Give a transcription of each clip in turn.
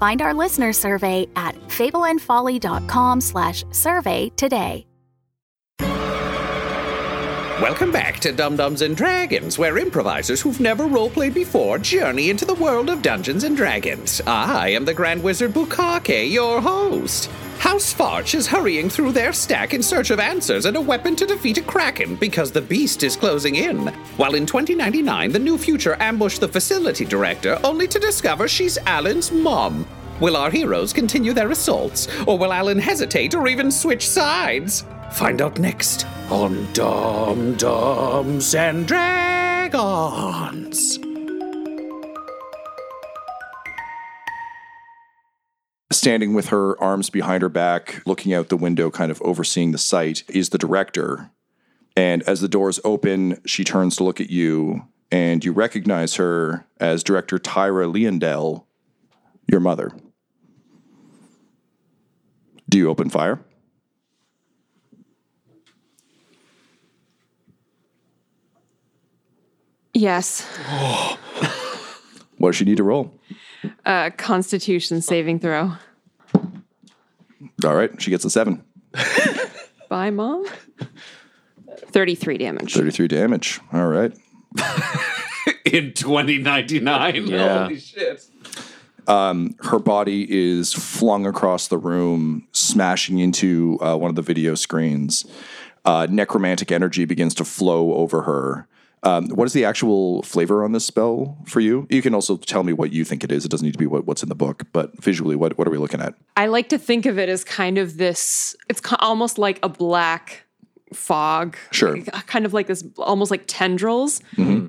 Find our listener survey at fableandfolly.com/survey today. Welcome back to Dum Dums and Dragons, where improvisers who've never roleplayed before journey into the world of Dungeons and Dragons. I am the Grand Wizard Bukake, your host. House Farch is hurrying through their stack in search of answers and a weapon to defeat a kraken because the beast is closing in. While in 2099, the new future ambushed the facility director only to discover she's Alan's mom. Will our heroes continue their assaults, or will Alan hesitate or even switch sides? Find out next on Dum Dums and Dragons. Standing with her arms behind her back, looking out the window, kind of overseeing the sight, is the director. And as the doors open, she turns to look at you, and you recognize her as director Tyra Leondell, your mother. Do you open fire? Yes. What does she need to roll? Uh, Constitution saving throw. All right, she gets a seven. Bye, mom. 33 damage. 33 damage. All right. in 2099. Yeah. Holy shit. Um, Her body is flung across the room, smashing into uh, one of the video screens. Uh, necromantic energy begins to flow over her. Um, what is the actual flavor on this spell for you? You can also tell me what you think it is. It doesn't need to be what, what's in the book, but visually, what, what are we looking at? I like to think of it as kind of this, it's ki- almost like a black fog. Sure. Like, uh, Kind of like this, almost like tendrils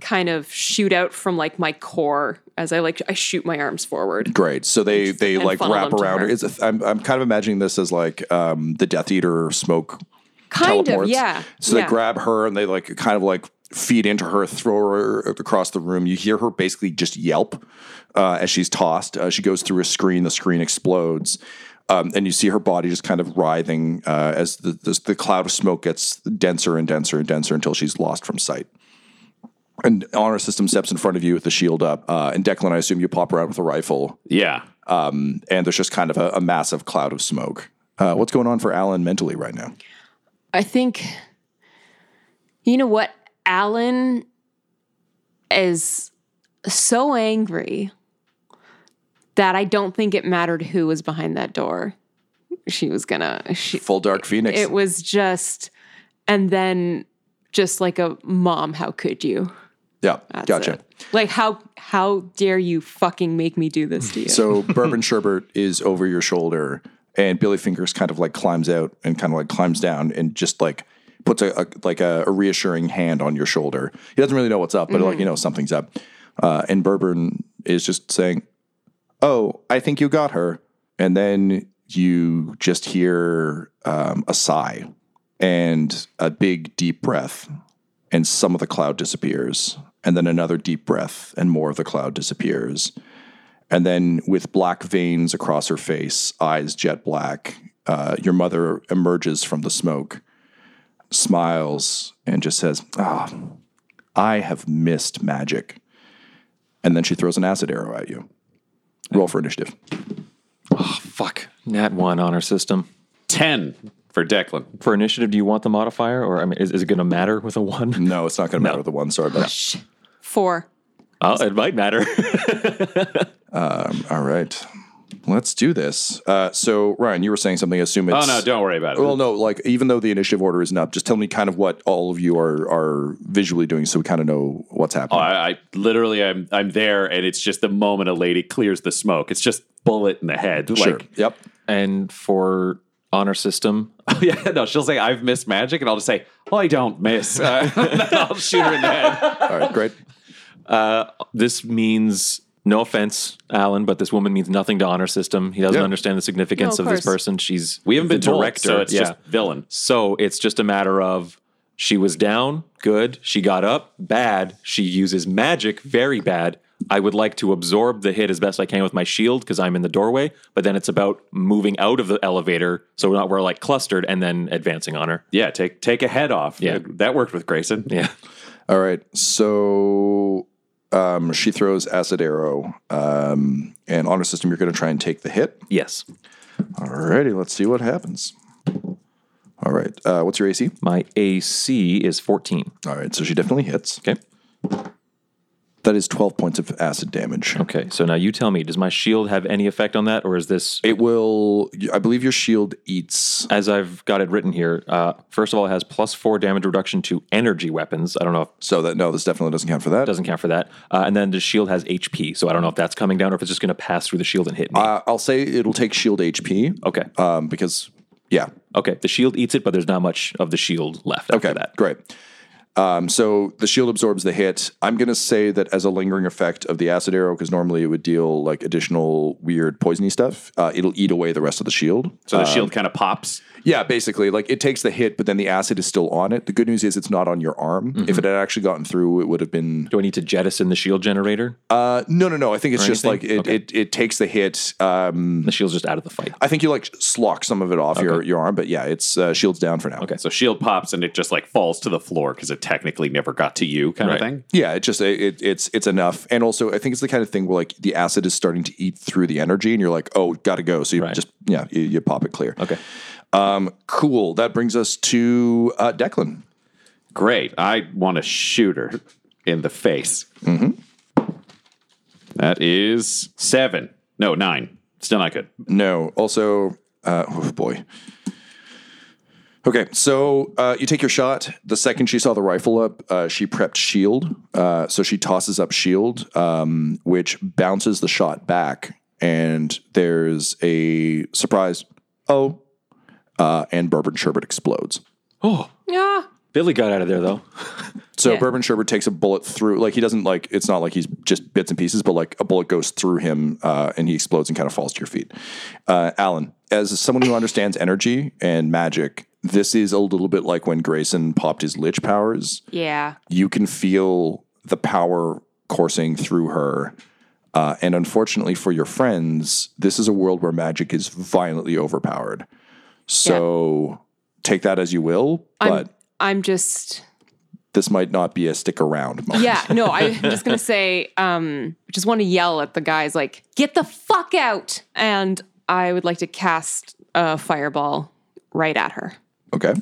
kind of shoot out from like my core as I like, I shoot my arms forward. Great. So they they and like funnel wrap them to around. her. Her. It's a, I'm I'm kind of imagining this as like um, the Death Eater smoke Kind teleports. of, yeah. So yeah. they grab her and they like kind of like feed into her, throw her across the room. You hear her basically just yelp uh, as she's tossed. Uh, she goes through a screen. The screen explodes. Um, and you see her body just kind of writhing uh, as the, the the cloud of smoke gets denser and denser and denser until she's lost from sight. And honor system steps in front of you with the shield up. Uh, and Declan, I assume you pop around with a rifle Um, Yeah. and there's just kind of a, a massive cloud of smoke. Uh, what's going on for Alan mentally right now? I think, you know what? Alan is so angry that I don't think it mattered who was behind that door. She was gonna, she, Full Dark Phoenix. it was just, and then just like a mom, how could you? yeah, That's gotcha. it. Like, how, how dare you fucking make me do this to you? So Bourbon Sherbert is over your shoulder, and Billy Fingers kind of like climbs out and kind of like climbs down and just like puts a, a like a, a reassuring hand on your shoulder. He doesn't really know what's up, but like you know something's up. Uh, and Bourbon is just saying, "Oh, I think you got her." And then you just hear um, a sigh and a big deep breath and some of the cloud disappears, and then another deep breath, and more of the cloud disappears. And then, with black veins across her face, eyes jet black, uh, your mother emerges from the smoke, smiles, and just says, Ah, I have missed magic. And then she throws an acid arrow at you. Roll for initiative. Ah, Fuck. Nat one on our system. 10 for Declan. For initiative, do you want the modifier? Or I mean, is, is it going to matter with a one? No, it's not going to matter with the one. Sorry about that. Four. Oh, it might matter. Um, All right. Let's do this. Uh, so, Ryan, you were saying something. I assume Oh it's. no, don't worry about it. Well, no, like even though the initiative order isn't up, just tell me kind of what all of you are are visually doing, so we kind of know what's Oh, happening. I, I literally, I'm I'm there, and it's just the moment a lady clears the smoke. It's just bullet in the head. sure. Like, yep. And for honor system, Oh, yeah, no, she'll say I've missed magic, and I'll just say "Oh, I don't miss. Uh, and then I'll shoot her in the head. All right. Great. uh, this means no offense, Alan, but this woman means nothing to honor system. He doesn't Yeah. understand the significance No, of, of this course. person. She's We haven't the been director, so it's just villain. So it's just a matter of she was down, good. She got up, bad. She uses magic, very bad. I would like to absorb the hit as best I can with my shield because I'm in the doorway, but then it's about moving out of the elevator so we're not we're like clustered and then advancing on her. Yeah, take take a head off. Yeah. that worked with Grayson. Yeah. All right. So um, she throws acid arrow, um, and honor system. You're going to try and take the hit. Yes. Alrighty, let's see what happens. All right, uh, what's your AC? My AC is 14. All right, so she definitely hits. Okay. That is 12 points of acid damage. Okay. So now you tell me, does my shield have any effect on that or is this It will, I believe your shield eats. as I've got it written here, uh, first of all, it has plus four damage reduction to energy weapons. I don't know if So that, no, this definitely doesn't count for that. doesn't count for that. Uh, and then the shield has HP, so I don't know if that's coming down or if it's just going to pass through the shield and hit me. Uh, I'll say it'll take shield HP. okay, Um, because, yeah. okay. The shield eats it, but there's not much of the shield left after Okay, that. great. Um, so the shield absorbs the hit. I'm going to say that as a lingering effect of the acid arrow, because normally it would deal like additional weird poisony stuff, uh, it'll eat away the rest of the shield. Um, So the shield kind of pops. Yeah, basically, like it takes the hit, but then the acid is still on it. The good news is it's not on your arm. If it had actually gotten through, it would have been. Do I need to jettison the shield generator? Uh, no, no, no. I think it's Or just anything? like it, Okay. it. It takes the hit. Um, the shield's just out of the fight. I think you like slock some of it off your, your arm, but yeah, it's uh, shields down for now. Okay. So shield pops, and it just like falls to the floor because it technically never got to you, kind Right. of thing. Yeah, it just it, it, it's it's enough, and also I think it's the kind of thing where like the acid is starting to eat through the energy, and you're like, oh, gotta go. So you Right. just yeah, you, you pop it clear. Okay. Um, cool. That brings us to uh, Declan. Great. I want to shoot her in the face. Mm-hmm. That is seven. No, nine. Still not good. No. Also, uh, oh boy. Okay, so uh, you take your shot. The second she saw the rifle up, uh, she prepped shield. Uh, so she tosses up shield, um, which bounces the shot back, and there's a surprise. Oh, uh, and bourbon sherbet explodes. Yeah. Billy got out of there though. So Yeah. bourbon sherbet takes a bullet through. Like he doesn't like. It's not like he's just bits and pieces, but like a bullet goes through him, uh, and he explodes and kind of falls to your feet. Uh, Alan, as someone who understands energy and magic, this is a little bit like when Grayson popped his lich powers. Yeah. You can feel the power coursing through her. Uh, and unfortunately for your friends, this is a world where magic is violently overpowered. So take that as you will, but I'm I'm just this might not be a stick around moment. Yeah, no, I, I'm just gonna say, um, just want to yell at the guys like, get the fuck out. And I would like to cast a fireball right at her. Okay.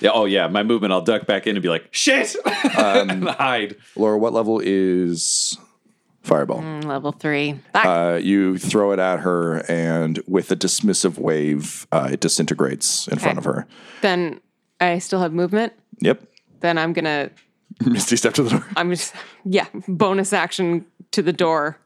Yeah, oh, yeah. My movement, I'll duck back in and be like, shit. and hide. Um, Laura, what level is Fireball? Level three. That- Uh, you throw it at her, and with a dismissive wave, uh, it disintegrates in front of her. then I still have movement. Yep. Then I'm gonna Misty step to the door. I'm just yeah, bonus action to the door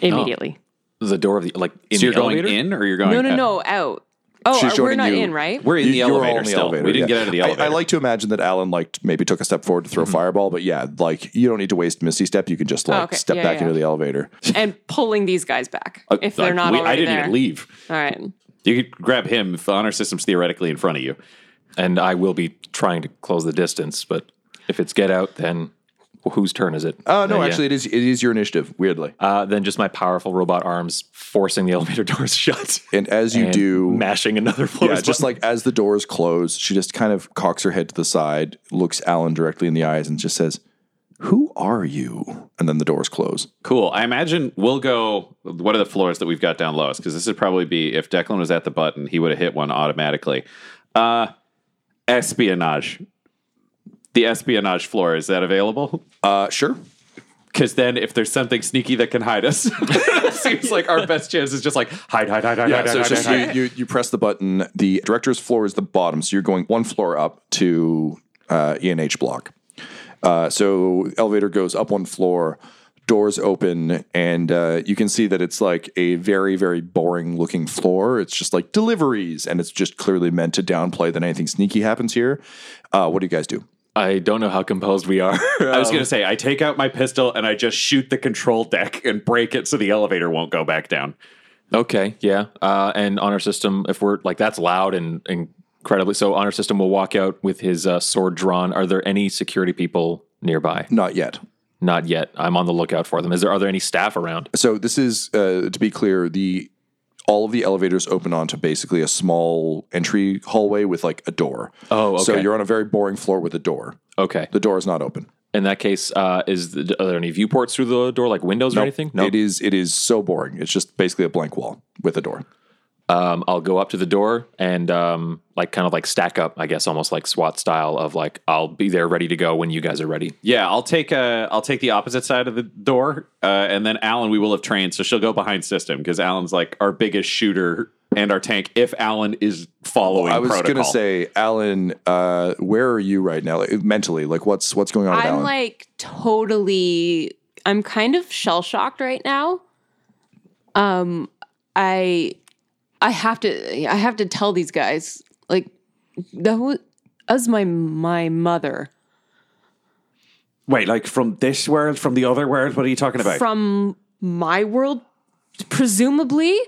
immediately. The door of the like in So you're the going elevator? in or Oh, you're going No, no, out? no, out. Oh, She's are- we're joining not you. in, right? We're in the You- you were all elevator in the still. we elevator, didn't yeah. get out of the I- elevator. Mm-hmm. I, like to imagine that Alan like maybe took a step forward to throw Fireball, but yeah, like you don't need to waste Misty step. You can just like Oh, okay. step Yeah, back yeah. into the elevator. and pulling these guys back if they're Uh, Like, not we- already I didn't there. even leave. All right. You could grab him if the honor system's theoretically in front of you. And I will be trying to close the distance, but if it's get out, then whose turn is it? Oh no, Then, yeah. actually, it is it is your initiative. Weirdly, Uh, then just my powerful robot arms forcing the elevator doors shut. and as you and do, mashing another floor. Yeah, just like as the doors close, she just kind of cocks her head to the side, looks Alan directly in the eyes, and just says, Who are you? And then the doors close. Cool. I imagine we'll go. What are the floors that we've got down lowest? Because this would probably be if Declan was at the button, he would have hit one automatically. Uh, espionage. The espionage floor is that available? Uh, sure. Because then, if there's something sneaky that can hide us, seems like our best chance is just like hide, hide, hide, hide, Yeah, hide, so hide, it's hide, just hide. you, you, you press the button. The director's floor is the bottom, so you're going one floor up to uh, ENH block. Uh, so elevator goes up one floor, doors open, and uh, you can see that it's like a very very boring looking floor. It's just like deliveries, and it's just clearly meant to downplay that anything sneaky happens here. Uh, what do you guys do? I don't know how composed we are. I was gonna say, I take out my pistol and I just shoot the control deck and break it so the elevator won't go back down. Okay, yeah. Uh, and honor system, if we're like that's loud and, and incredibly so, honor system will walk out with his uh, sword drawn. Are there any security people nearby? Not yet. Not yet. I'm on the lookout for them. Is there are there any staff around? So this is uh, to be clear the all of the elevators open onto basically a small entry hallway with like a door. Oh, So okay. you're on a very boring floor with a door. Okay. The door is not open. In that case, uh, is the, are there any viewports through the door, like windows or anything? It is it is so boring. It's just basically a blank wall with a door. um, I'll go up to the door and um, like kind of like stack up, I guess, almost like SWAT style of like I'll be there ready to go when you guys are ready. Yeah, I'll take uh, I'll take the opposite side of the door, uh, and then Alan we will have trained, so she'll go behind system because Alan's like our biggest shooter and our tank. If Alan is following, I was protocol. gonna say, Alan, uh, where are you right now? Like, mentally, like what's what's going on with I'm Alan? like totally I'm kind of shell shocked right now. Um I I have to I have to tell these guys like that was, that was my my mother Wait, like from this world, from the other world? What are you talking about? from my world presumably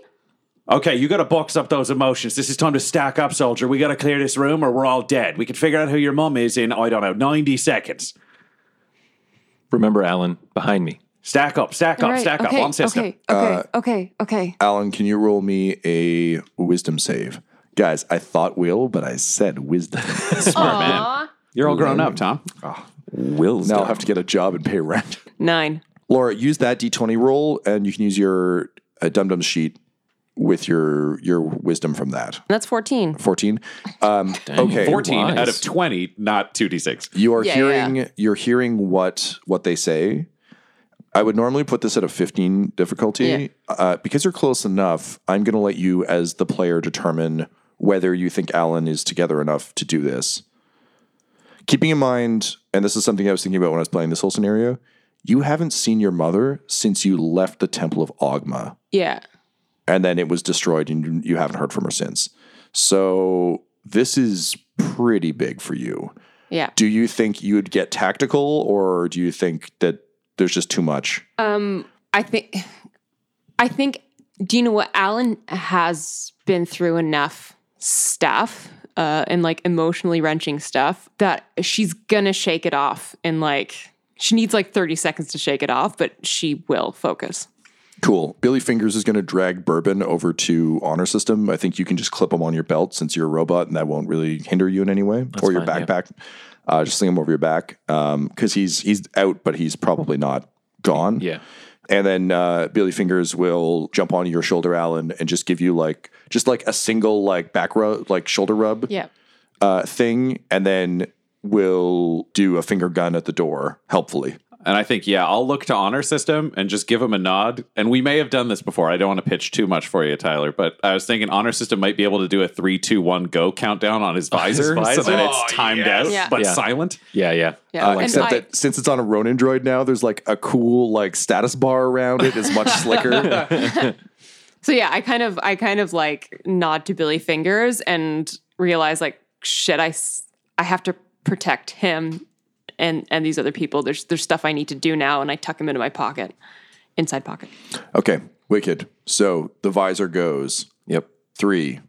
okay, you got to box up those emotions. This is time to stack up, soldier. We got to clear this room, or we're all dead. We can figure out who your mum is in I don't know ninety seconds. Remember, Alan, behind me. Stack up, stack up, All right, stack okay, up Uh, on system. Okay, okay, okay, okay. Alan, can you roll me a wisdom save? Guys, I thought will, but I said wisdom. Ah. smart man. You're all grown up, Tom. Will's now I'll have to get a job and pay rent. Nine. Laura, use that d20 roll, and you can use your uh, dum dum sheet with your your wisdom from that. That's 14. 14. Um, okay. Fourteen wise. out of twenty, not two d six. You are Yeah, hearing you're hearing what what they say. I would normally put this at a 15 difficulty. Yeah. Uh, because you're close enough, I'm going to let you as the player determine whether you think Alan is together enough to do this. Keeping in mind, and this is something I was thinking about when I was playing this whole scenario, you haven't seen your mother since you left the Temple of Ogma. Yeah. and then it was destroyed and you- you haven't heard from her since. So this is pretty big for you. Yeah. Do you think you'd get tactical or do you think that there's just too much? Um, I think, I think, do you know what? Alan has been through enough stuff, uh, and like emotionally wrenching stuff that she's gonna shake it off in like, she needs like 30 seconds to shake it off, but she will focus. Cool. Billy Fingers is going to drag Bourbon over to Honor System. I think you can just clip him on your belt since you're a robot and that won't really hinder you in any way or your fine, yeah. backpack. Uh, just sling him over your back because he's he's out, but he's probably not gone. Yeah. And then uh, Billy Fingers will jump on your shoulder, Alan, and just give you like just like a single like back rub, like shoulder rub Yeah. uh, thing, and then will do a finger gun at the door, helpfully. And I think, yeah, I'll look to honor system and just give him a nod. And we may have done this before. I don't want to pitch too much for you, Tyler, but I was thinking honor system might be able to do a three, two, one, go countdown on his visor, visor. so that it's timed out, Yeah. but Yeah. silent. Yeah, yeah. Yeah. Uh, except that since it's on a Ronin droid now, there's like a cool like status bar around it. It's much slicker. So yeah, I kind of, I kind of like nod to Billy Fingers and realize like, shit, I, s- I have to protect him and and these other people. There's there's stuff I need to do now, and I tuck him into my pocket, inside pocket. okay, wicked. So the visor goes. Yep. Three,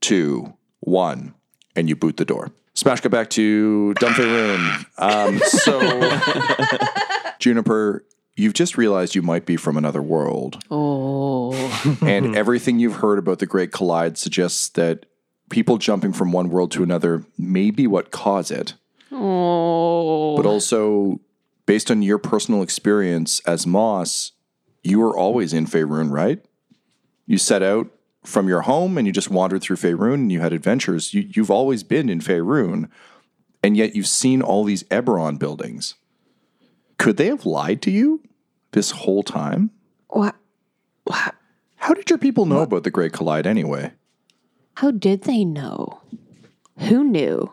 two, one, and you boot the door. Smash go back to Dumpy Room. Um, so, Juniper, you've just realized you might be from another world. Oh. and everything you've heard about the Great Collide suggests that people jumping from one world to another may be what cause it oh. but also based on your personal experience as Moss, you were always in Faerun, right? You set out from your home and you just wandered through Faerun and you had adventures. You, you've always been in Faerun, and yet you've seen all these Eberron buildings. Could they have lied to you? this whole time? What? How did your people know about the Great Collide anyway? How did they know? Who knew?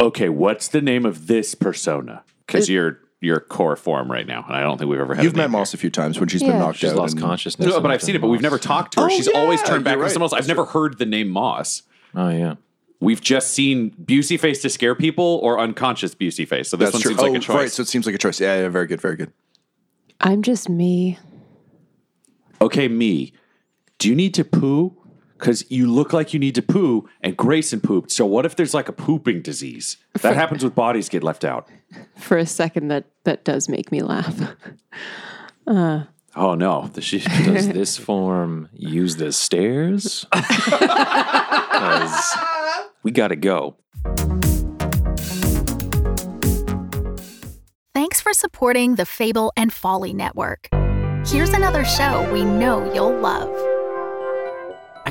Okay, what's the name of this persona? because you're your core form right now, and I don't think we've ever had. You've a name met here. Moss a few times when she's Yeah. been knocked She's out. lost and- consciousness. No, and but I've nothing seen it. But we've else. never talked to her. Oh, She's yeah, always turned back you're on right. someone else. I've never heard the name Moss. Oh yeah. We've just seen Busey face to scare people or unconscious Busey face. So this That's one true. seems like Oh, a choice. Right, so it seems like a choice. Yeah, yeah, very good, very good. I'm just me. Okay, me. Do you need to poo? Because you look like you need to poo, and Grayson pooped. So what if there's like a pooping disease that happens when bodies get left out? For a second, that that does make me laugh. Uh, Oh no, the she. Does this form use the stairs? 'Cause we got to go. Thanks for supporting the Fable and Folly Network. Here's another show we know you'll love. I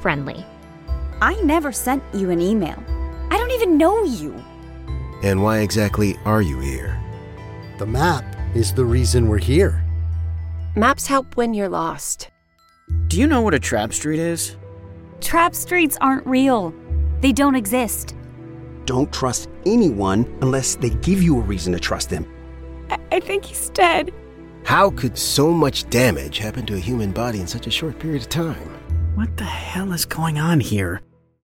friendly. I never sent you an email. I don't even know you. And why exactly are you here? The map is the reason we're here. Maps help when you're lost. Do you know what a trap street is? Trap streets aren't real, they don't exist. Don't trust anyone unless they give you a reason to trust them. I, I think he's dead. How could so much damage happen to a human body in such a short period of time? What the hell is going on here?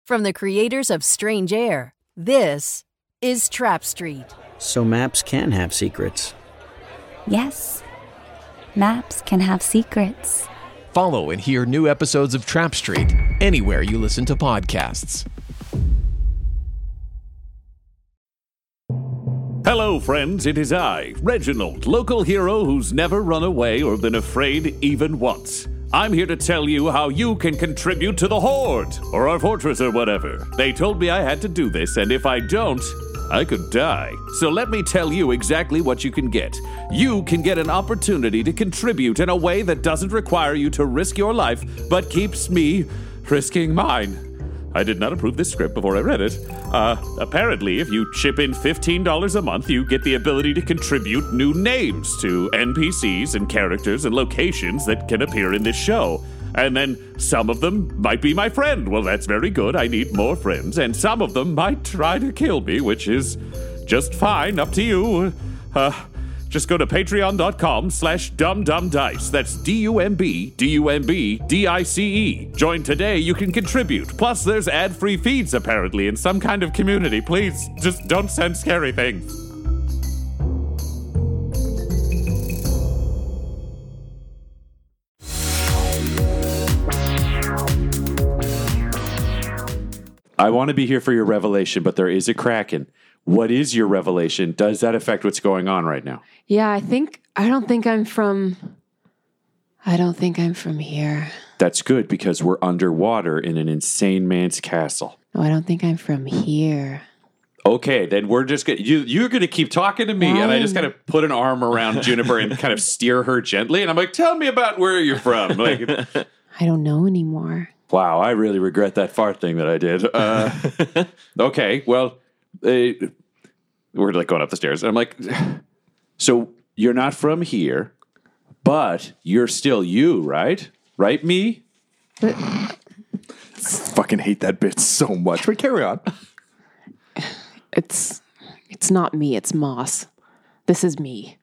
From the creators of Strange Air, this is Trap Street. So maps can have secrets. Yes, maps can have secrets. Follow and hear new episodes of Trap Street anywhere you listen to podcasts. Hello, friends. It is I, Reginald, local hero who's never run away or been afraid even once. I'm here to tell you how you can contribute to the Horde, or our fortress, or whatever. They told me I had to do this, and if I don't, I could die. So let me tell you exactly what you can get. You can get an opportunity to contribute in a way that doesn't require you to risk your life, but keeps me risking mine. I did not approve this script before I read it. Uh, apparently, if you chip in $15 a month, you get the ability to contribute new names to NPCs and characters and locations that can appear in this show. And then some of them might be my friend. Well, that's very good. I need more friends. And some of them might try to kill me, which is just fine. Up to you. Uh, just go to patreon.com slash dumdumdice. That's D-U-M-B, D-U-M-B, D-I-C-E. E. Join today, you can contribute. Plus, there's ad-free feeds, apparently, in some kind of community. Please, just don't send scary things. I want to be here for your revelation, but there is a Kraken. What is your revelation? Does that affect what's going on right now? Yeah, I think I don't think I'm from. I don't think I'm from here. That's good because we're underwater in an insane man's castle. No, I don't think I'm from here. Okay, then we're just gonna you you're gonna keep talking to me, and I just kind of put an arm around Juniper and kind of steer her gently, and I'm like, "Tell me about where you're from." Like, I don't know anymore. wow, I really regret that fart thing that I did. Uh, okay, well, uh, we're like going up the stairs, and I'm like, "So you're not from here, but you're still you, right? Right, me? Fucking hate that bit so much. But carry on. It's it's not me. It's Moss. This is me.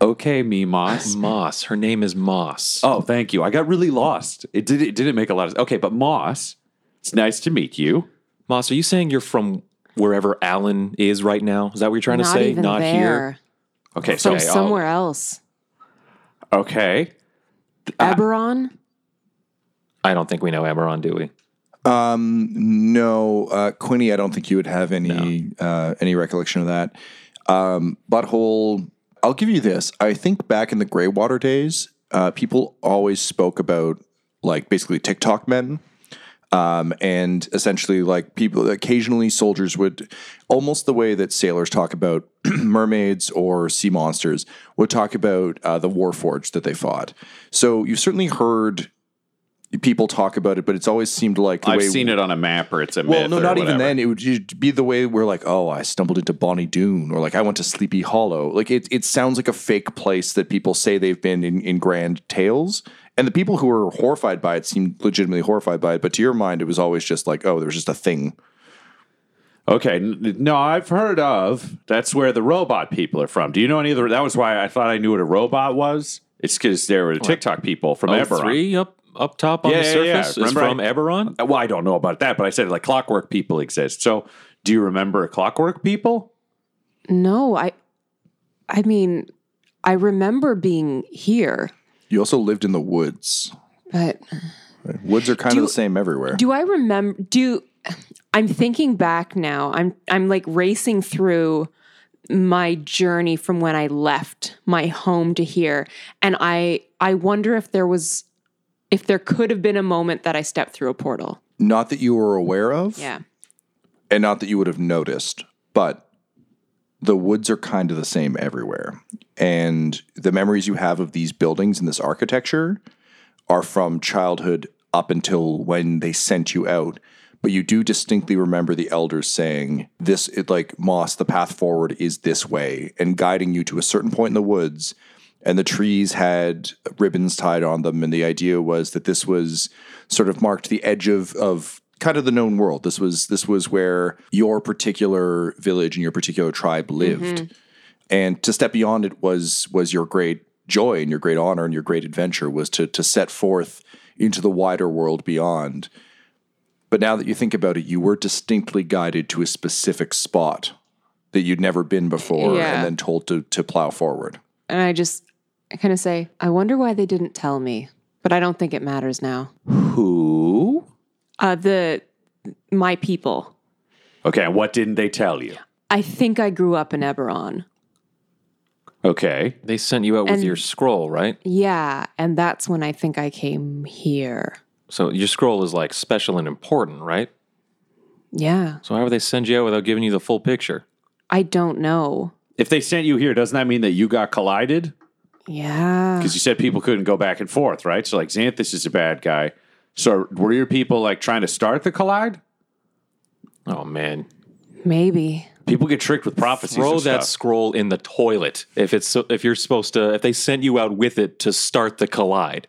Okay, me, Moss." Moss. Her name is Moss. Oh, thank you. I got really lost. It did. It didn't make a lot of. Okay, but Moss, it's nice to meet you. Moss, are you saying you're from wherever Alan is right now? Is that what you're trying to not say? even Not there. here. Okay, so From somewhere else. Okay, Eberron. I don't think we know Amaron, do we? Um, no, uh, Quinny, I don't think you would have any uh, any recollection of that. Um, Butthole, I'll give you this. I think back in the Greywater days, uh, people always spoke about like basically TikTok men. Um, and essentially, like people, occasionally soldiers would, almost the way that sailors talk about mermaids or sea monsters, would talk about uh, the war forge that they fought. So you've certainly heard people talk about it, but it's always seemed like the I've way seen it on a map or it's a well, myth no, or not even whatever. then. It would just be the way we're like, oh, I stumbled into Bonnie Doon, or like I went to Sleepy Hollow. Like it, it sounds like a fake place that people say they've been in, in grand tales. And the people who were horrified by it seemed legitimately horrified by it. But to your mind, it was always just like, oh, there was just a thing. Okay, n- no, I've heard of. That's where the robot people are from. Do you know any of the? That was why I thought I knew what a robot was. It's because there were TikTok people from Oh, Eberron. three up up top on the surface is from Eberron. Uh, Well, I don't know about that, but I said like clockwork people exist. So, do you remember clockwork people? No, I I mean, I remember being here, You also lived in the woods. but Woods are kind of the same everywhere. do I remember do I'm thinking back now. I'm I'm like racing through my journey from when I left my home to here and I I wonder if there was if there could have been a moment that I stepped through a portal. not that you were aware of, Yeah. and not that you would have noticed, but the woods are kind of the same everywhere. And the memories you have of these buildings and this architecture are from childhood up until when they sent you out. But you do distinctly remember the elders saying, This, it, like, Moss, the path forward is this way, and guiding you to a certain point in the woods. And the trees had ribbons tied on them. And the idea was that this was sort of marked the edge of, of kind of the known world. This was this was where your particular village and your particular tribe lived Mm-hmm. and to step beyond it was was your great joy and your great honor and your great adventure was to to set forth into the wider world beyond but now that you think about it you were distinctly guided to a specific spot that you'd never been before Yeah. and then told to to plow forward And I just I kind of say, I wonder why they didn't tell me, but I don't think it matters now. Mm-hmm. Who? Uh the my people. Okay, and what didn't they tell you? I think I grew up in Eberron. Okay, they sent you out with And- your scroll, right? Yeah, and that's when I think I came here. So your scroll is like special and important, right? Yeah, So how would they send you out without giving you the full picture? I don't know. If they sent you here, doesn't that mean that you got collided? Yeah. Because you said people couldn't go back and forth, right? So like Xanthus is a bad guy. So were your people like trying to start the collide? Oh man, Maybe. people get tricked with prophecies. Throw and that stuff. scroll in the toilet if it's so, if you're supposed to if they sent you out with it to start the collide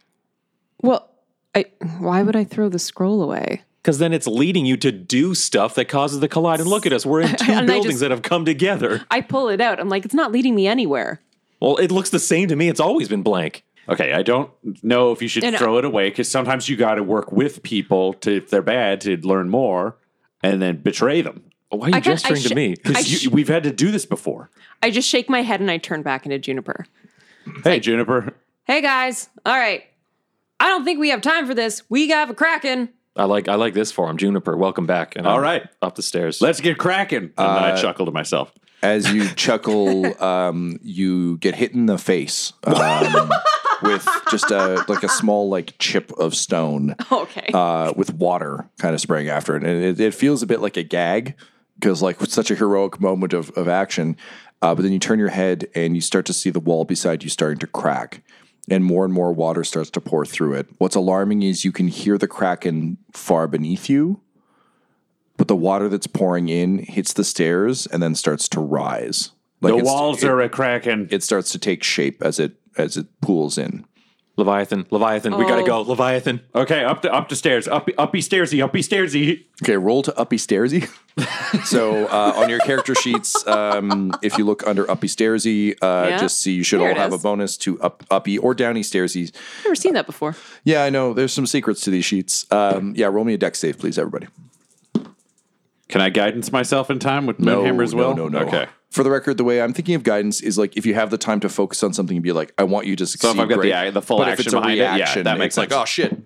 Well, I, why would I throw the scroll away? because then it's leading you to do stuff that causes the collide. And look at us, we're in And I two buildings just- that have come together. I pull it out. I'm like, it's not leading me anywhere. Well, it looks the same to me. It's always been blank. Okay, I don't know if you should And I- throw it away because sometimes you got to work with people to if they're bad to learn more and then betray them. Why are you I got- I gesturing to sh- me? I Because sh- we've had to do this before. I just shake my head and I turn back into Juniper. Hey, Juniper. Hey guys, all right. I don't think we have time for this. We got a kraken. I like I like this for him, Juniper. Welcome back. And All I'm right. up the stairs. Let's get cracking. And then I Uh, chuckle to myself. as you chuckle um, you get hit in the face um, with just a like a small like chip of stone Okay. uh, with water kind of spraying after it. And it, it feels a bit like a gag because, like, it's such a heroic moment of, of action. Uh, but then you turn your head and you start to see the wall beside you starting to crack, and more and more water starts to pour through it. What's alarming is you can hear the kraken far beneath you, but the water that's pouring in hits the stairs and then starts to rise. the it's- walls it- are a cracking. It starts to take shape as it as it pools in. Leviathan, Leviathan, we gotta Oh. go. Leviathan. Okay, up the up the stairs, up uppy stairsy, uppy stairsy. Okay, roll to uppy stairsy. so uh, on your character sheets, um, if you look under uppy stairsy, uh, Yeah. just see you should There all it have is. a bonus to up uppy or downy stairsies. Never seen that before. Yeah, I know. There's some secrets to these sheets. Um, yeah, roll me a deck save, please, everybody. Can I guidance myself in time with Moonhammer as well? No, no, no. Okay. For the record, the way I'm thinking of guidance is like if you have the time to focus on something and be like, I want you to succeed. So if I've got the great. the, the full but action if it's a behind it, reaction, yeah, that makes it's like, sense. oh shit.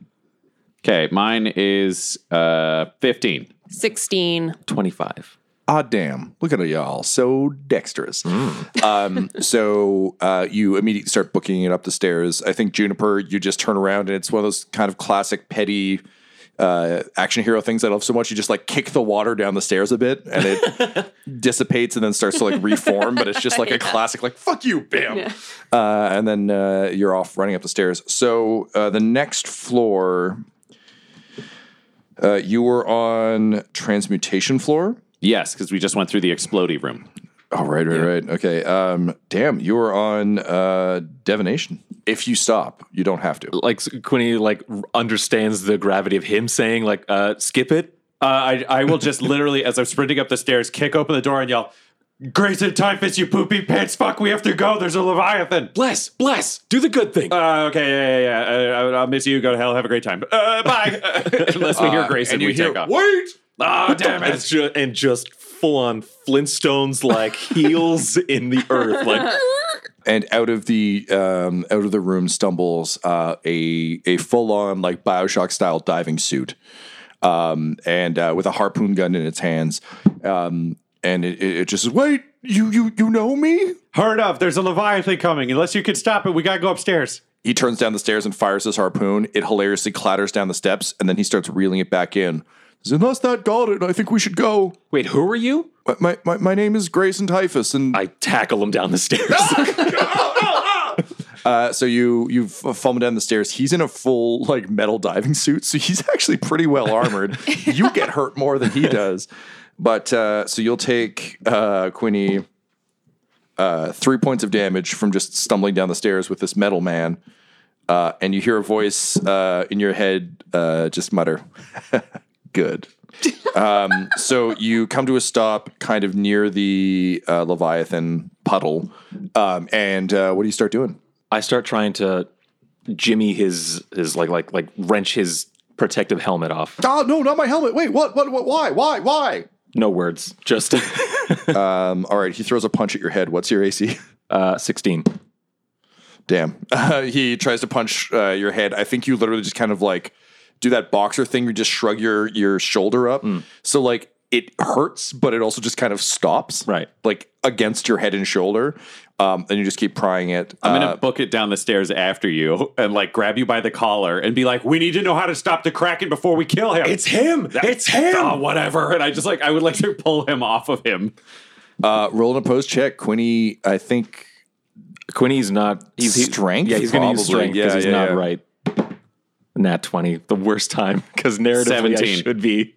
Okay, mine is uh, 15. 16. 25. ah, damn, look at y'all, so dexterous. um, so uh, you immediately start booking it up the stairs. I think Juniper, you just turn around and it's one of those kind of classic petty uh, action hero things I love so much. You just like kick the water down the stairs a bit and it dissipates and then starts to like reform, but it's just like a classic, like, fuck you, bam. Uh, and then uh, you're off running up the stairs. So uh, the next floor, uh, you were on transmutation floor. Yes, because we just went through the explodey room. Oh right, right, right. Okay. Um, damn, you were on uh, divination. If you stop, you don't have to. Like Quinny, like r- understands the gravity of him saying, like, uh, skip it. Uh, I I will just literally, as I'm sprinting up the stairs, kick open the door and yell, "Grayson Typhus, you poopy pants! Fuck, we have to go. There's a leviathan. Bless, bless. Do the good thing." Uh, okay, yeah, yeah, yeah. Uh, I'll miss you. Go to hell. Have a great time. Uh, bye. Unless we hear Uh, Grayson, and you we hear, take off. "Wait!" Ah, damn and it. just, and just full on Flintstones like heels in the earth, like. And out of the um, out of the room stumbles uh, a a full on like Bioshock style diving suit, um, and uh, with a harpoon gun in its hands, um, and it, it it just says, wait. You you you know me? Heard of? There's a leviathan coming. Unless you can stop it, we gotta go upstairs. He turns down the stairs and fires his harpoon. It hilariously clatters down the steps, and then he starts reeling it back in. He says, Unless that got it, I think we should go. Wait, who are you? My my, my name is Grayson Typhus, and I tackle him down the stairs. Uh, so you you f- fumble down the stairs. He's in a full like metal diving suit, so he's actually pretty well armored. you get hurt more than he does, but uh, so you'll take uh, Quinny uh, three points of damage from just stumbling down the stairs with this metal man. Uh, and you hear a voice uh, in your head uh, just mutter, "Good." um, so you come to a stop, kind of near the uh, Leviathan puddle, um, and uh, what do you start doing? I start trying to jimmy his his like like like wrench his protective helmet off. Oh no, not my helmet! Wait, what? What? What? Why? Why? Why? No words, just. um, all right, he throws a punch at your head. What's your AC? Uh, sixteen. Damn. Uh, he tries to punch uh, your head. I think you literally just kind of like do that boxer thing. You just shrug your your shoulder up. Hmm. So like it hurts, but it also just kind of stops. Right. Like against your head and shoulder, um, and you just keep prying it. I'm gonna Uh, book it down the stairs after you and like grab you by the collar and be like, "We need to know how to stop the kraken before we kill him." It's him! It's him! Oh, whatever. And I just like I would like to pull him off of him. uh, roll an opposed check. Quinny, I think Quinny's not he's he- strength. yeah, he's going to use Probably. strength because Yeah, he's yeah, not yeah. right. Nat twenty, the worst time because narratively I 17. should be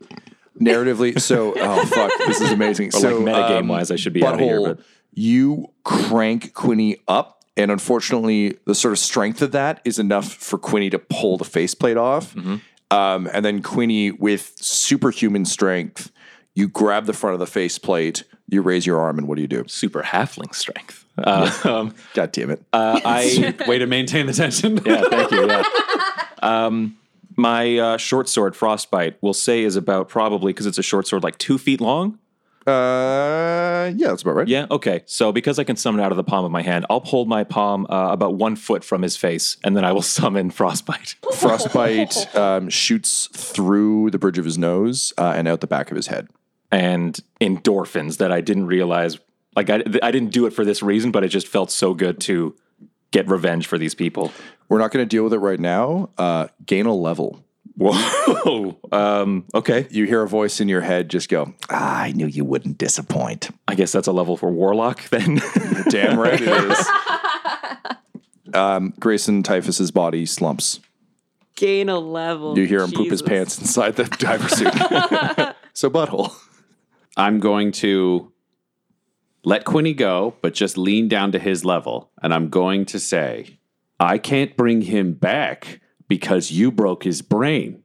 narratively. So, oh fuck, this is amazing. Or, like, so, um, metagame wise, I should be outta here, but- you crank Quinny up, and unfortunately, the sort of strength of that is enough for Quinny to pull the faceplate off. Mm-hmm. Um, and then Quinny, with superhuman strength, you grab the front of the faceplate, you raise your arm, and what do you do? Super halfling strength. Uh, um, God damn it! Uh, I way to maintain the tension. yeah, thank you. Yeah. Um, my uh, short sword frostbite will say is about probably because it's a short sword like two feet long. Uh, yeah, that's about right. Yeah, okay. So because I can summon out of the palm of my hand, I'll hold my palm uh, about one foot from his face, and then I will summon frostbite. Frostbite um, shoots through the bridge of his nose uh, and out the back of his head. and endorphins that I didn't realize. Like I, I didn't do it for this reason, but it just felt so good to get revenge for these people. We're not going to deal with it right now. Uh, gain a level. Whoa. Um, okay. You hear a voice in your head just go, ah, I knew you wouldn't disappoint. I guess that's a level for warlock then. Damn right it is. Um, Grayson Typhus's body slumps. Gain a level. You hear him poop his Jesus. pants inside the diver suit. so butthole. I'm going to let Quinny go, but just lean down to his level. And I'm going to say, I can't bring him back because you broke his brain,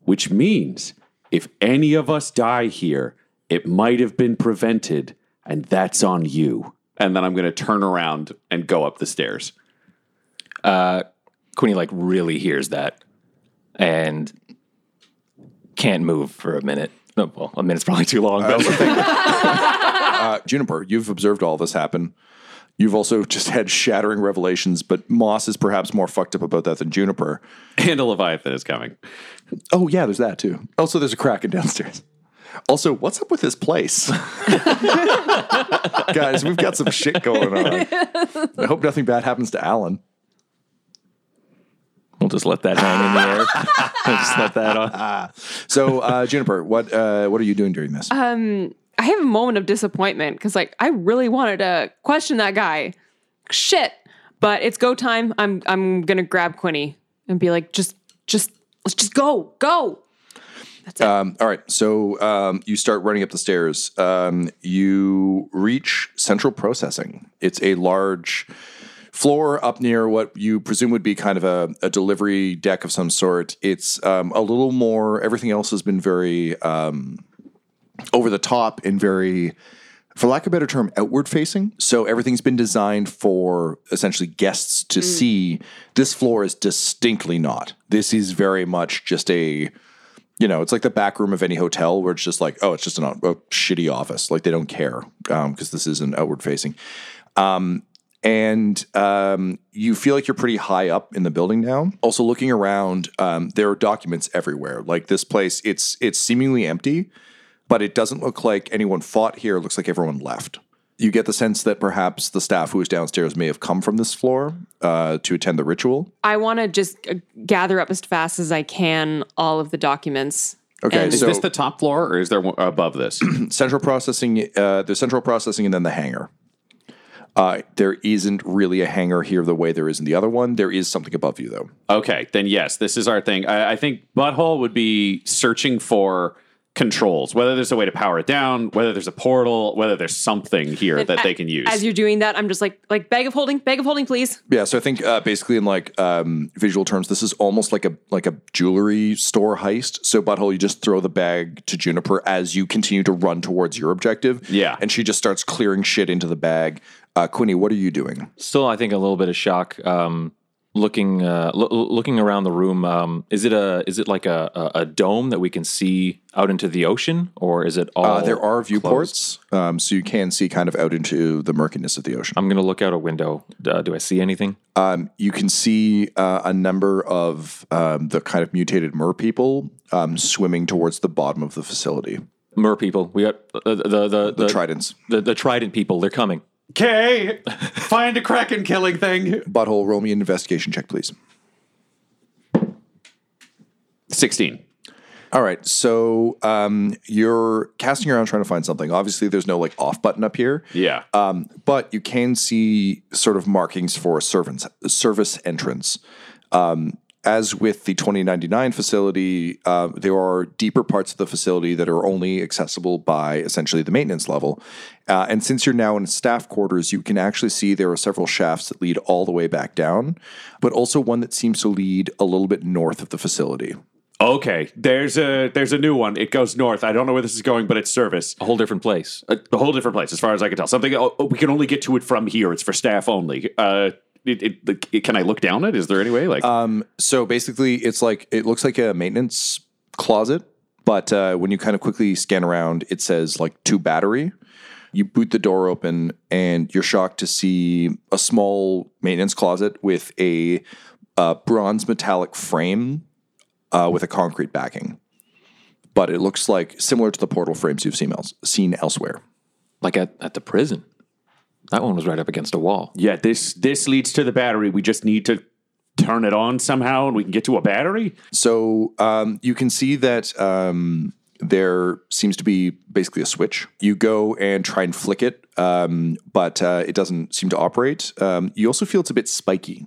which means if any of us die here, it might have been prevented, and that's on you. And then I'm going to turn around and go up the stairs. uh, Queenie like really hears that and can't move for a minute. No, well, a minute's probably too long. but- uh, Juniper, you've observed all this happen. You've also just had shattering revelations, but Moss is perhaps more fucked up about that than Juniper. And a Leviathan is coming. Oh, yeah, there's that too. Also, there's a Kraken downstairs. Also, what's up with this place? Guys, we've got some shit going on. I hope nothing bad happens to Alan. We'll just let that hang in the air. just let that on. So, uh, Juniper, what uh, what are you doing during this? Um, I have a moment of disappointment because, like, I really wanted to question that guy. Shit, but it's go time. I'm I'm gonna grab Quinny and be like, just just let's just go go. Um, all right. So um, you start running up the stairs. Um, you reach central processing. It's a large floor up near what you presume would be kind of a, a delivery deck of some sort. It's um, a little more, everything else has been very um, over the top and very. For lack of a better term, outward facing. So everything's been designed for essentially guests to see. This floor is distinctly not. This is very much just a you know, it's like the back room of any hotel where it's just like, oh, it's just an, a shitty office. Like they don't care because this is an outward facing. Um, and um, you feel like you're pretty high up in the building now. Also, looking around, um, there are documents everywhere. Like this place, it's it's seemingly empty, but it doesn't look like anyone fought here. It looks like everyone left. You get the sense that perhaps the staff who is downstairs may have come from this floor uh, to attend the ritual. I want to just uh, gather up as fast as I can all of the documents. Okay, and- is this the top floor or is there one above this? central processing, uh, there's central processing, and then the hangar. Uh, there isn't really a hangar here the way there is in the other one. There is something above you though. Okay, then yes, this is our thing. I, I think Butthole would be searching for controls, whether there's a way to power it down, whether there's a portal, whether there's something here and that a- they can use. As you're doing that, I'm just like like bag of holding, bag of holding, please. Yeah, so I think uh, basically in like um, visual terms, this is almost like a like a jewelry store heist. So butthole, you just throw the bag to Juniper as you continue to run towards your objective. Yeah. and she just starts clearing shit into the bag. Uh, Quinny, what are you doing? Still, I think a little bit of shock. Um, looking, uh, loo- looking around the room. Um, is it a? Is it like a, a a dome that we can see out into the ocean, or is it all? Uh, there are viewports, um, so you can see kind of out into the murkiness of the ocean. I'm going to look out a window. Uh, do I see anything? Um, you can see uh, a number of um, the kind of mutated mer people um, swimming towards the bottom of the facility. Mer people. We got uh, the the the, the tridents. The, the trident people. They're coming. Okay, find a kraken killing thing. Butthole, roll me an investigation check, please. 16. All right, so um, you're casting around trying to find something. Obviously, there's no like off button up here. Yeah. Um, but you can see sort of markings for a servants service entrance. Um, as with the 2099 facility, uh, there are deeper parts of the facility that are only accessible by essentially the maintenance level. Uh, and since you're now in staff quarters, you can actually see there are several shafts that lead all the way back down, but also one that seems to lead a little bit north of the facility. Okay, there's a there's a new one. It goes north. I don't know where this is going, but it's service. A whole different place. A, whole different place, as far as I can tell. Something oh, oh, we can only get to it from here. It's for staff only. Uh, it, it, it- can I look down it? Is there any way? Like, Um, so basically, it's like it looks like a maintenance closet, but uh, when you kind of quickly scan around, it says like two battery. You boot the door open, and you're shocked to see a small maintenance closet with a uh, bronze metallic frame uh, with a concrete backing. But it looks like similar to the portal frames you've seen else seen elsewhere. Like at, at the prison. That one was right up against a wall. yeah, this this leads to the battery. We just need to turn it on somehow, and we can get to a battery. So um, you can see that um, there seems to be basically a switch. You go and try and flick it, um, but uh, it doesn't seem to operate. Um, you also feel it's a bit spiky.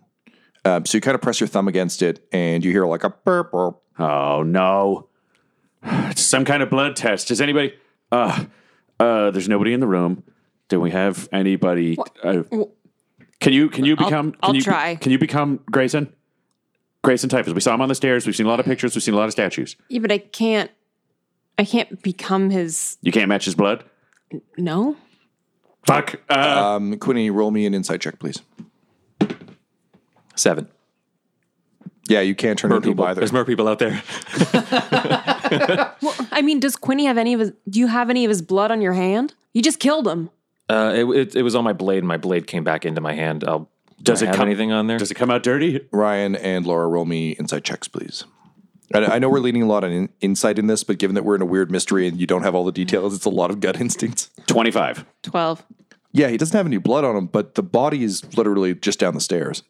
Um, so you kind of press your thumb against it, and you hear like a burp. burp. Oh no! It's some kind of blood test. Does anybody? Uh, uh, there's nobody in the room. Do we have anybody? Uh, can you can you I'll- become? can I'll you, try. Can you become Grayson? Grayson Typhus. We saw him on the stairs. We've seen a lot of pictures. We've seen a lot of statues. Yeah, but I can't. I can't become his. You can't match his blood. No. Fuck. Uh. um, Quinny, roll me an insight check, please. Seven. Yeah, you can't turn Mer into a people. either. There's more people out there. Well, I mean, does Quinny have any of his? Do you have any of his blood on your hand? You just killed him. Uh, it, it, it was on my blade, and my blade came back into my hand. I'll, does Does it it have come- anything on there? Does it come out dirty? Ryan and Laura, roll me insight checks, please. I I know we're leaning a lot on in- insight in this, but given that we're in a weird mystery and you don't have all the details, it's a lot of gut instincts. 25. 12. Yeah, he doesn't have any blood on him, but the body is literally just down the stairs.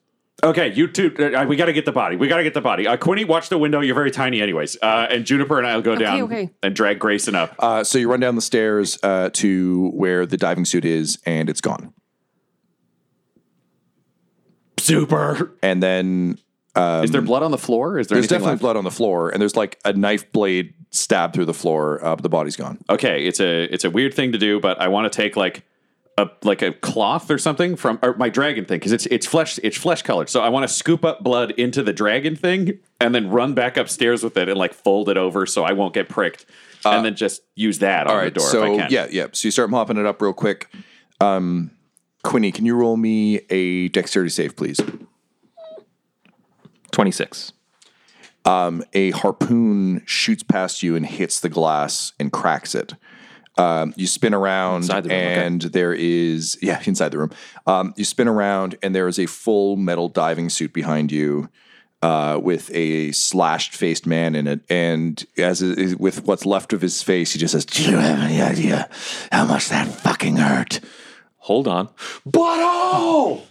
Okay, you two. Uh, we got to get the body. We got to get the body. Uh, Quinny, watch the window. You're very tiny, anyways. Uh, and Juniper and I'll go down okay. and drag Grayson up. Uh, so you run down the stairs uh, to where the diving suit is, and it's gone. Super. And then. Um, Is there blood on the floor? Is there there's anything definitely left? blood on the floor, and there's like a knife blade stabbed through the floor, uh, but the body's gone. okay, it's a it's a weird thing to do, but I want to take like a like a cloth or something from or my dragon thing because it's it's flesh it's flesh colored. So I want to scoop up blood into the dragon thing and then run back upstairs with it and like fold it over so I won't get pricked, and then just use that on Uh, All right, the door. so if I can. yeah, yeah. So you start mopping it up real quick. Um, Quinny, can you roll me a dexterity save, please? Twenty-six. Um, a harpoon shoots past you and hits the glass and cracks it. Um, you spin around the room, okay. and there is yeah inside the room. Um, you spin around and there is a full metal diving suit behind you uh, with a slashed faced man in it. And as it, with what's left of his face, he just says, "Do you have any idea how much that fucking hurt?" Hold on. Butthole!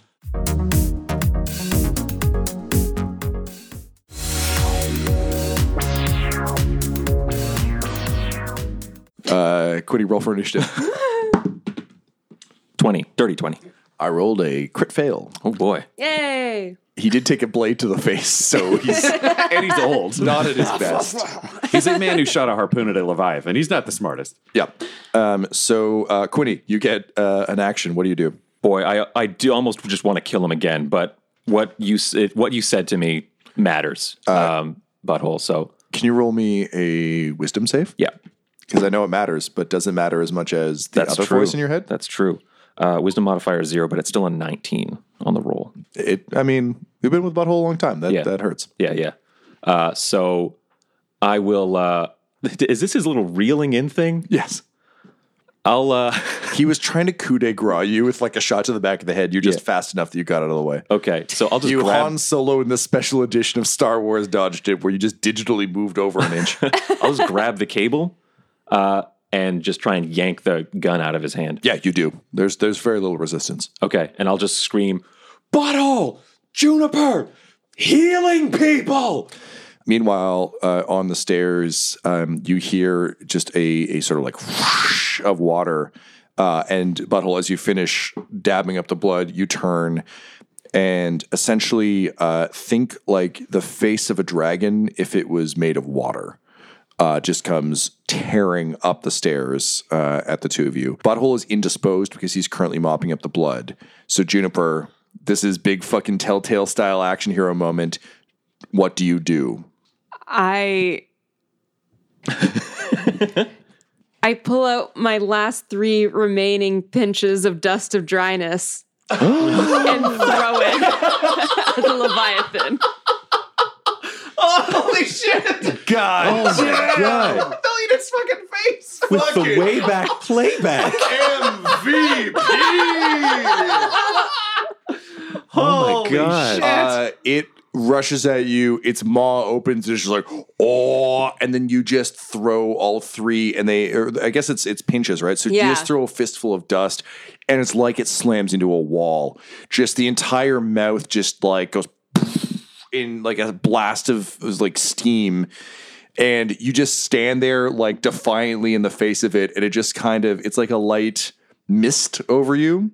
Uh, Quitty, roll for initiative. 20, dirty 20. I rolled a crit fail. Oh boy. Yay. He did take a blade to the face, so he's and he's old. Not at his best. he's a man who shot a harpoon at a leviathan. He's not the smartest. Yeah. Um, so uh, Quinny, you get uh, an action. What do you do? Boy, I I do almost just want to kill him again, but what you s- it, what you said to me matters. um, butthole. So Uh, Can you roll me a wisdom save? Yeah. Because I know it matters, but doesn't matter as much as the that's other true. voice in your head. That's true. Uh, wisdom modifier is zero, but it's still a nineteen on the roll. It. I mean, we've been with butthole a long time. That Yeah. that hurts. Yeah, yeah. Uh, so I will. Uh, is this his little reeling in thing? Yes. I'll. Uh, He was trying to coup de grace you with like a shot to the back of the head. You're just Yeah. fast enough that you got out of the way. okay, so I'll just you grab. Han Solo in the special edition of Star Wars dodged it, where you just digitally moved over an inch. I'll just grab the cable uh, and just try and yank the gun out of his hand. yeah, you do. There's there's very little resistance. Okay, and I'll just scream. Butthole, juniper, healing people. Meanwhile, uh, on the stairs, um, you hear just a, a sort of like whoosh of water. Uh, and Butthole, as you finish dabbing up the blood, you turn and essentially uh, think like the face of a dragon if it was made of water. Uh, just comes tearing up the stairs uh, at the two of you. Butthole is indisposed because he's currently mopping up the blood. So, Juniper, this is big fucking telltale style action hero moment. What do you do? I I pull out my last three remaining pinches of dust of dryness and throw it at the Leviathan. Holy shit! God. Oh my damn. God. Delete his fucking face. With Fuck the it. way back playback. MVP. Oh my God. shit. Uh, it rushes at you. Its maw opens. It's just like oh, and then you just throw all three, and they. Or I guess it's it's pinches, right? So Yeah. you just throw a fistful of dust, and it's like it slams into a wall. Just the entire mouth just like goes in like a blast of like steam. And you just stand there like defiantly in the face of it, and it just kind of it's like a light mist over you.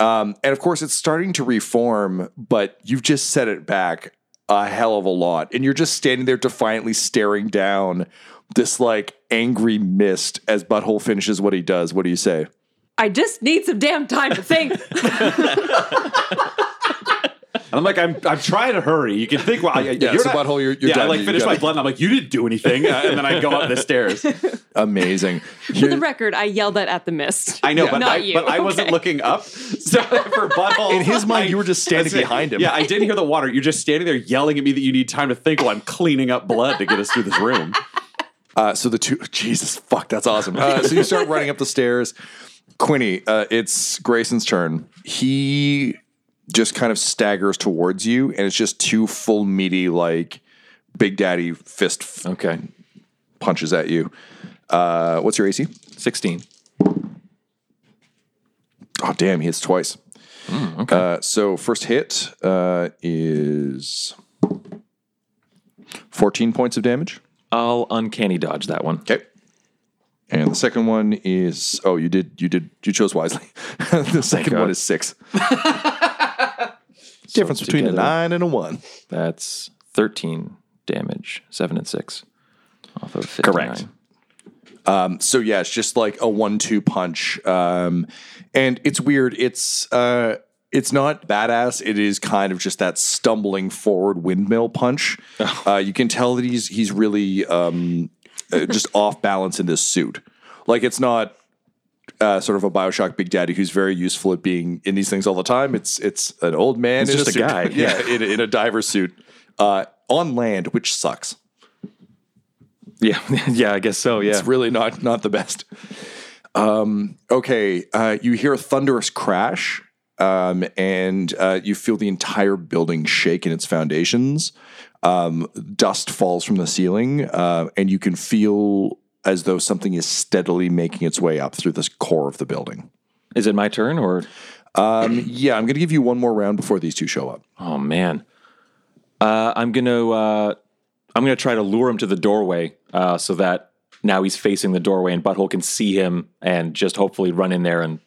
Um, and of course, it's starting to reform, but you've just set it back a hell of a lot. And you're just standing there defiantly staring down this like angry mist as Butthole finishes what he does. What do you say? I just need some damn time to think. And I'm like, I'm, I'm trying to hurry. You can think, well, I, Yeah, you're so not- Butthole, you're- you're yeah, I done. like You finish got my it. blood. And I'm like, you didn't do anything, uh, and then I go up the stairs. Amazing. For the record, I yelled that at the mist. I know, but, not I, you. but I wasn't Okay. looking up. So for Butthole, In his mind, you were just standing I said- behind him. Yeah, I didn't hear the water. You're just standing there yelling at me that you need time to think while I'm cleaning up blood to get us through this room. Uh, so the two, Jesus, fuck, that's awesome. Uh, so you start running up the stairs. Quinny, uh, it's Grayson's turn. He just kind of staggers towards you, and it's just two full meaty, like Big Daddy fist. okay. Punches at you. Uh, what's your AC? Sixteen. Oh damn! He hits twice. okay. Uh, so first hit uh, is fourteen points of damage. I'll uncanny dodge that one. Okay. And the second one is oh you did you did you chose wisely. the second one is six. Difference between a nine and a one. That's 13 damage, seven and six off of 59. Correct. Um, so yeah, it's just like a one-two punch, um, and it's weird. It's uh, it's not badass. It is kind of just that stumbling forward windmill punch. Oh. uh, you can tell that he's he's really um, uh, just off balance in this suit. Like it's not uh, sort of a Bioshock Big Daddy who's very useful at being in these things all the time. It's it's an old man, He's in just a suit. guy. yeah, in, in a diver suit uh, on land, which sucks. Yeah, yeah, I guess so. Yeah, it's really not not the best. Um, okay, uh, you hear a thunderous crash, um, and uh, you feel the entire building shake in its foundations. Um, dust falls from the ceiling, uh, and you can feel as though something is steadily making its way up through this core of the building. Is it my turn or? Um, yeah, I'm going to give you one more round before these two show up. Oh man, uh, I'm gonna uh, I'm gonna try to lure him to the doorway uh, so that now he's facing the doorway and Butthole can see him and just hopefully run in there and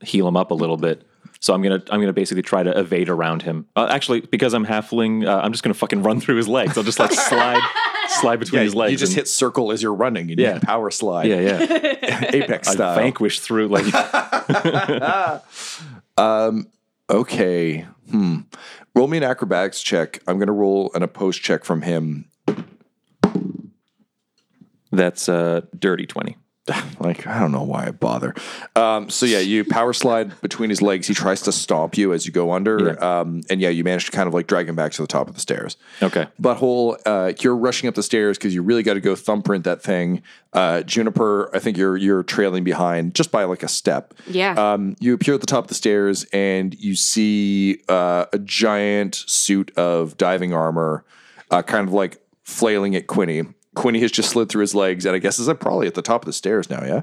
heal him up a little bit. So I'm gonna I'm gonna basically try to evade around him. Uh, actually, because I'm halfling, uh, I'm just gonna fucking run through his legs. I'll just like slide slide between his legs. You just and- hit circle as you're running, and Yeah. you hit power slide. Yeah, yeah, apex I style. vanquish through like um, okay. Hmm. Roll me an acrobatics check. I'm going to roll an opposed check from him. That's a dirty 20. uh, like, I don't know why I bother. Um, so, yeah, you power slide between his legs. He tries to stomp you as you go under. Um, and yeah, you manage to kind of like drag him back to the top of the stairs. Okay. Butthole, uh, you're rushing up the stairs because you really got to go thumbprint that thing. Uh, Juniper, I think you're you're trailing behind just by like a step. Yeah. Um, you appear at the top of the stairs and you see uh, a giant suit of diving armor, uh, kind of like flailing at Quinny. Quinny has just slid through his legs, and I guess is uh, probably at the top of the stairs now. Yeah.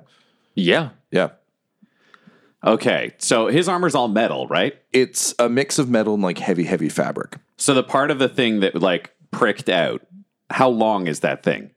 Yeah. Yeah. Okay. So his armor's all metal, right? It's a mix of metal and like heavy, heavy fabric. So the part of the thing that like pricked out, how long is that thing?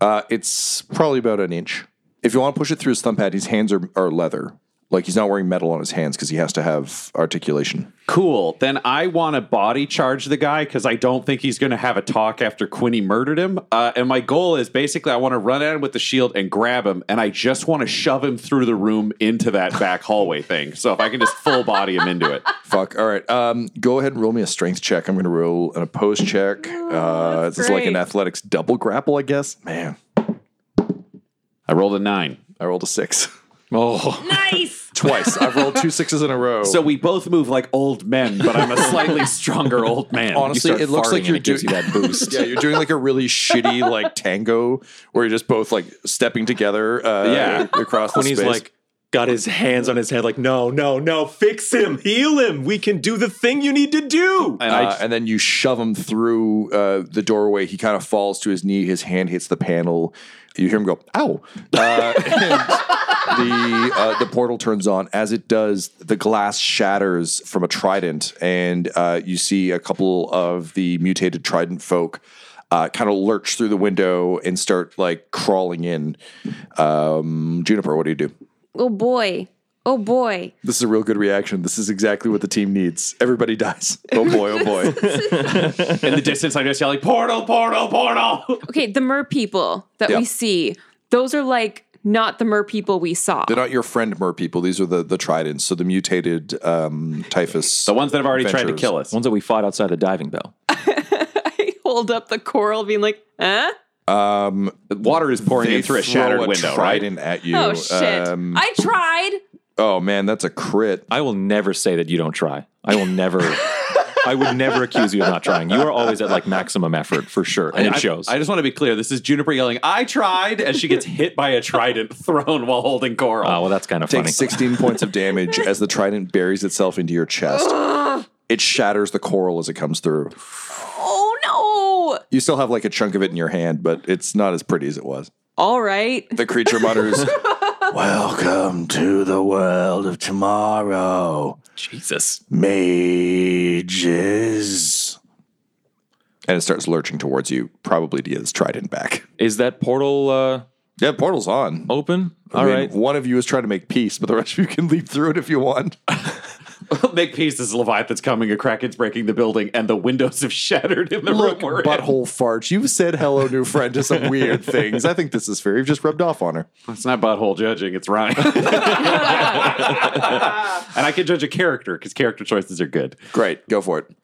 Uh, it's probably about an inch. If you want to push it through his thumb pad, his hands are, are leather. Like he's not wearing metal on his hands because he has to have articulation. Cool. Then I want to body charge the guy because I don't think he's going to have a talk after Quinny murdered him. Uh, and my goal is basically I want to run at him with the shield and grab him, and I just want to shove him through the room into that back hallway thing. So if I can just full body him into it. Fuck. All right. Um, go ahead and roll me a strength check. I'm going to roll an opposed check. uh, this is like an great. athletics double grapple, I guess. Man. I rolled a nine. I rolled a six. Oh. Nice. Twice. I've rolled two sixes in a row. So we both move like old men, but I'm a slightly stronger old man. Honestly, it looks like you're doing yeah, you're doing like a really shitty like tango where you're just both like stepping together. Uh, Yeah. across the When he's space. like got his hands on his head, like, no, no, no, fix him, heal him. We can do the thing you need to do. and, uh, and then you shove him through uh, the doorway. He kind of falls to his knee. His hand hits the panel. You hear him go, "Ow!" Uh, and the uh, the portal turns on. As it does, the glass shatters from a trident, and uh, you see a couple of the mutated trident folk. Uh, kind of lurch through the window and start like crawling in. Um, Juniper, what do you do? Oh boy. Oh boy. This is a real good reaction. This is exactly what the team needs. Everybody dies. Oh boy, oh boy. in the distance, I'm just yelling, portal, portal, portal. Okay, the mer people that Yeah. we see, those are like not the mer people we saw. They're not your friend mer people. These are the the tridents. So the mutated um, typhus. The ones that have already tried to kill us. Ones that we fought outside the diving bell. They hold up the coral being like, huh? Um, water is pouring in through a shattered window, right? Trident at you. oh shit. Um, I tried. oh man, that's a crit. I will never say that you don't try. I will never. I would never accuse you of not trying. You are always at like maximum effort for sure, and it I, shows. I just want to be clear. This is Juniper yelling, I tried, as she gets hit by a trident thrown while holding Coral. Oh, well, that's kind of Take 16 points of damage as the trident buries itself into your chest. it shatters the coral as it comes through. Oh So, You still have like a chunk of it in your hand, but it's not as pretty as it was. all right. The creature mutters, Welcome to the world of tomorrow. Jesus. Mages. And it starts lurching towards you, probably to get its trident back. Is that portal? Uh, yeah, portal's on. Open? All All right. right. One of you is trying to make peace, but the rest of you can leap through it if you want. Make peace. This is Leviathan's coming. A Kraken's breaking the building, and the windows have shattered in the Look, room. We're in. butthole farts. You've said hello, new friend, to some weird things. I think this is fair. You've just rubbed off on her. It's not butthole judging. It's Ryan. and I can judge a character because character choices are good. Great. Go for it.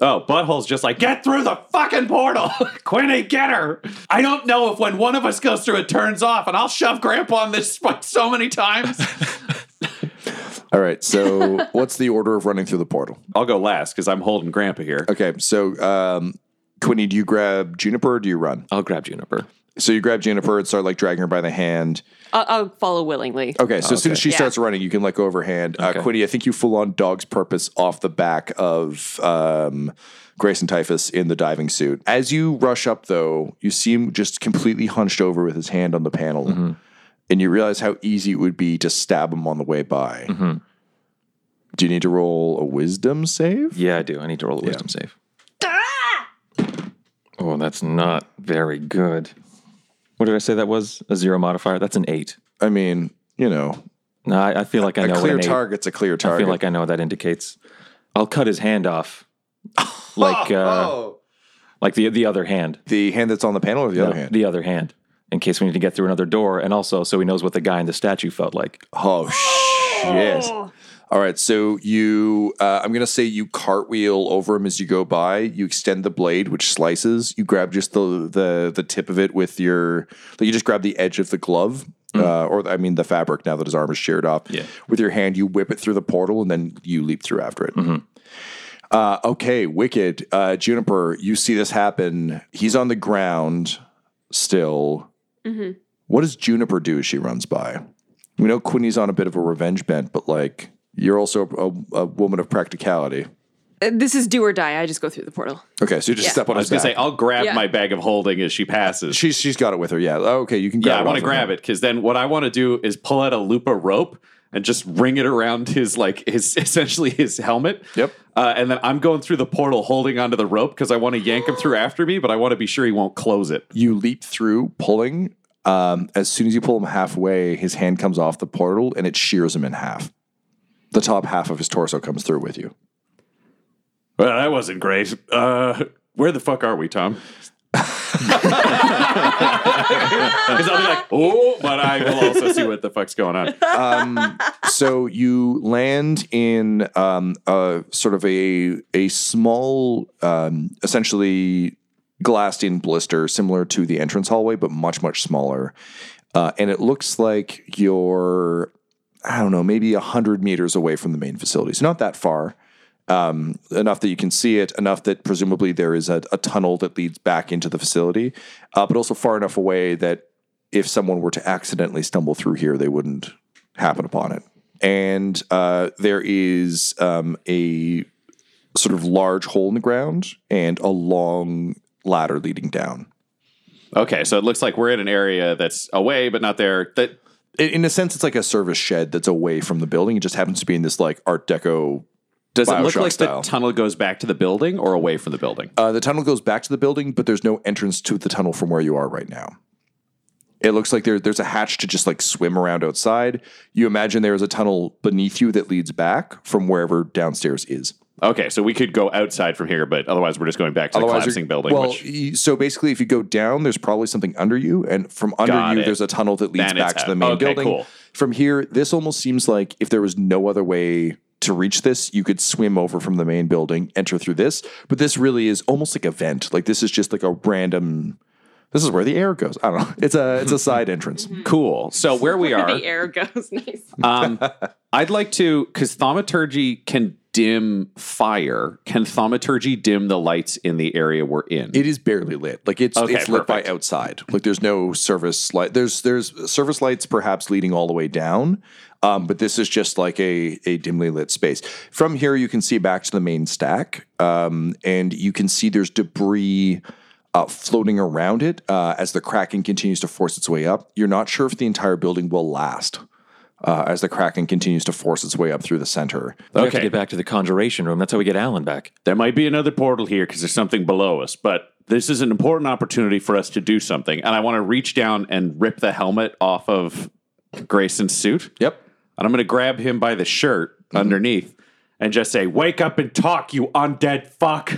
Oh, butthole's just like get through the fucking portal, Quinny. Get her. I don't know if when one of us goes through, it turns off, and I'll shove Grandpa in this spot so many times. All right. So, what's the order of running through the portal? I'll go last because I'm holding Grandpa here. Okay. So, um, Quinny, do you grab Juniper or do you run? I'll grab Juniper. So, you grab Juniper and start like dragging her by the hand. I'll, I'll follow willingly. Okay. So, as soon as she Oh, Yeah. starts running, you can let go of her hand. Uh, Quinny, I think you full on dog's purpose off the back of um, Grayson Typhus in the diving suit. As you rush up, though, you see him just completely hunched over with his hand on the panel. Mm-hmm. And you realize how easy it would be to stab him on the way by. Mm-hmm. Do you need to roll a wisdom save? Yeah, I do. I need to roll a wisdom save. Oh, that's not very good. What did I say that was? A zero modifier? That's an eight. I mean, you know. No, I, I feel like I A know what clear an eight- target's a clear I target. feel like I know what that indicates. I'll cut his hand off. Oh, like uh, like the the other hand. The hand that's on the panel or the other hand? The other hand. In case we need to get through another door, and also so he knows what the guy in the statue felt like. Oh shit. All right, so you, uh, I'm gonna say you cartwheel over him as you go by. You extend the blade, which slices. You grab just the the the tip of it with your, like you just grab the edge of the glove, uh, or I mean the fabric. Now that his arm is sheared off, yeah. With your hand, you whip it through the portal, and then you leap through after it. Uh, okay, wicked. Uh, Juniper, you see this happen. He's on the ground still. Mhm. What does Juniper do as she runs by? We know Quinny's on a bit of a revenge bent, but like you're also a, a woman of practicality. Uh, This is do or die. I just go through the portal. Okay, so you just Yeah. step on I his was gonna say back. I'll grab Yeah. my bag of holding as she passes. She's she's got it with her. Yeah. Okay, you can. Grab yeah, I it want to off of grab him. it because then what I want to do is pull out a Lupa rope and just ring it around his like his essentially his helmet. Yep. Uh, and then I'm going through the portal holding onto the rope because I want to yank him through after me, but I want to be sure he won't close it. You leap through, pulling. Um, as soon as you pull him halfway, his hand comes off the portal and it shears him in half. The top half of his torso comes through with you. Well, that wasn't great. Uh, where the fuck are we, Tom? Because I'll be like, oh, but I will also see what the fuck's going on. um, so you land in um, a sort of a a small, um, essentially glassed-in blister, similar to the entrance hallway, but much much smaller. Uh, and it looks like you're, I don't know, maybe hundred meters away from the main facility. So not that far. Um, enough that you can see it, enough that presumably there is a, a tunnel that leads back into the facility, uh, but also far enough away that if someone were to accidentally stumble through here, they wouldn't happen upon it. And uh, there is um, a sort of large hole in the ground and a long ladder leading down. Okay, so it looks like we're in an area that's away, but not there. That In- In a sense, it's like a service shed that's away from the building. It just happens to be in this like Art Deco. does it look Bioshock like style. the tunnel goes back to the building or away from the building? Uh, the tunnel goes back to the building, but there's no entrance to the tunnel from where you are right now. It looks like there, there's a hatch to just like swim around outside. You imagine there is a tunnel beneath you that leads back from wherever downstairs is. Okay, so we could go outside from here, but otherwise we're just going back to the Otherwise, collapsing you're- building. Well, which, y- so basically, if you go down, there's probably something under you, and from under Got you, it. there's a tunnel that leads Then it's back to out. the main Okay, building. cool. From here, this almost seems like if there was no other way to reach this, you could swim over from the main building, enter through this. But this really is almost like a vent. Like this is just like a random. This is where the air goes. I don't know. It's a it's a side entrance. Cool. So where we are, The air goes nice. um, I'd like to because thaumaturgy can dim fire. Can thaumaturgy dim the lights in the area we're in? It is barely lit. Like it's Okay, it's lit by outside. Like there's no service light. There's there's service lights perhaps leading all the way down. Um, but this is just like a a dimly lit space. From here you can see back to the main stack. Um, and you can see there's debris uh, floating around it uh, as the kraken continues to force its way up. You're not sure if the entire building will last uh, as the kraken continues to force its way up through the center. We have to get back to the conjuration room. That's how we get Alan back. There might be another portal here because there's something below us, but this is an important opportunity for us to do something. And I want to reach down and rip the helmet off of Grayson's suit. Yep. And I'm going to grab him by the shirt Mm-hmm. underneath and just say, Wake up and talk, you undead fuck.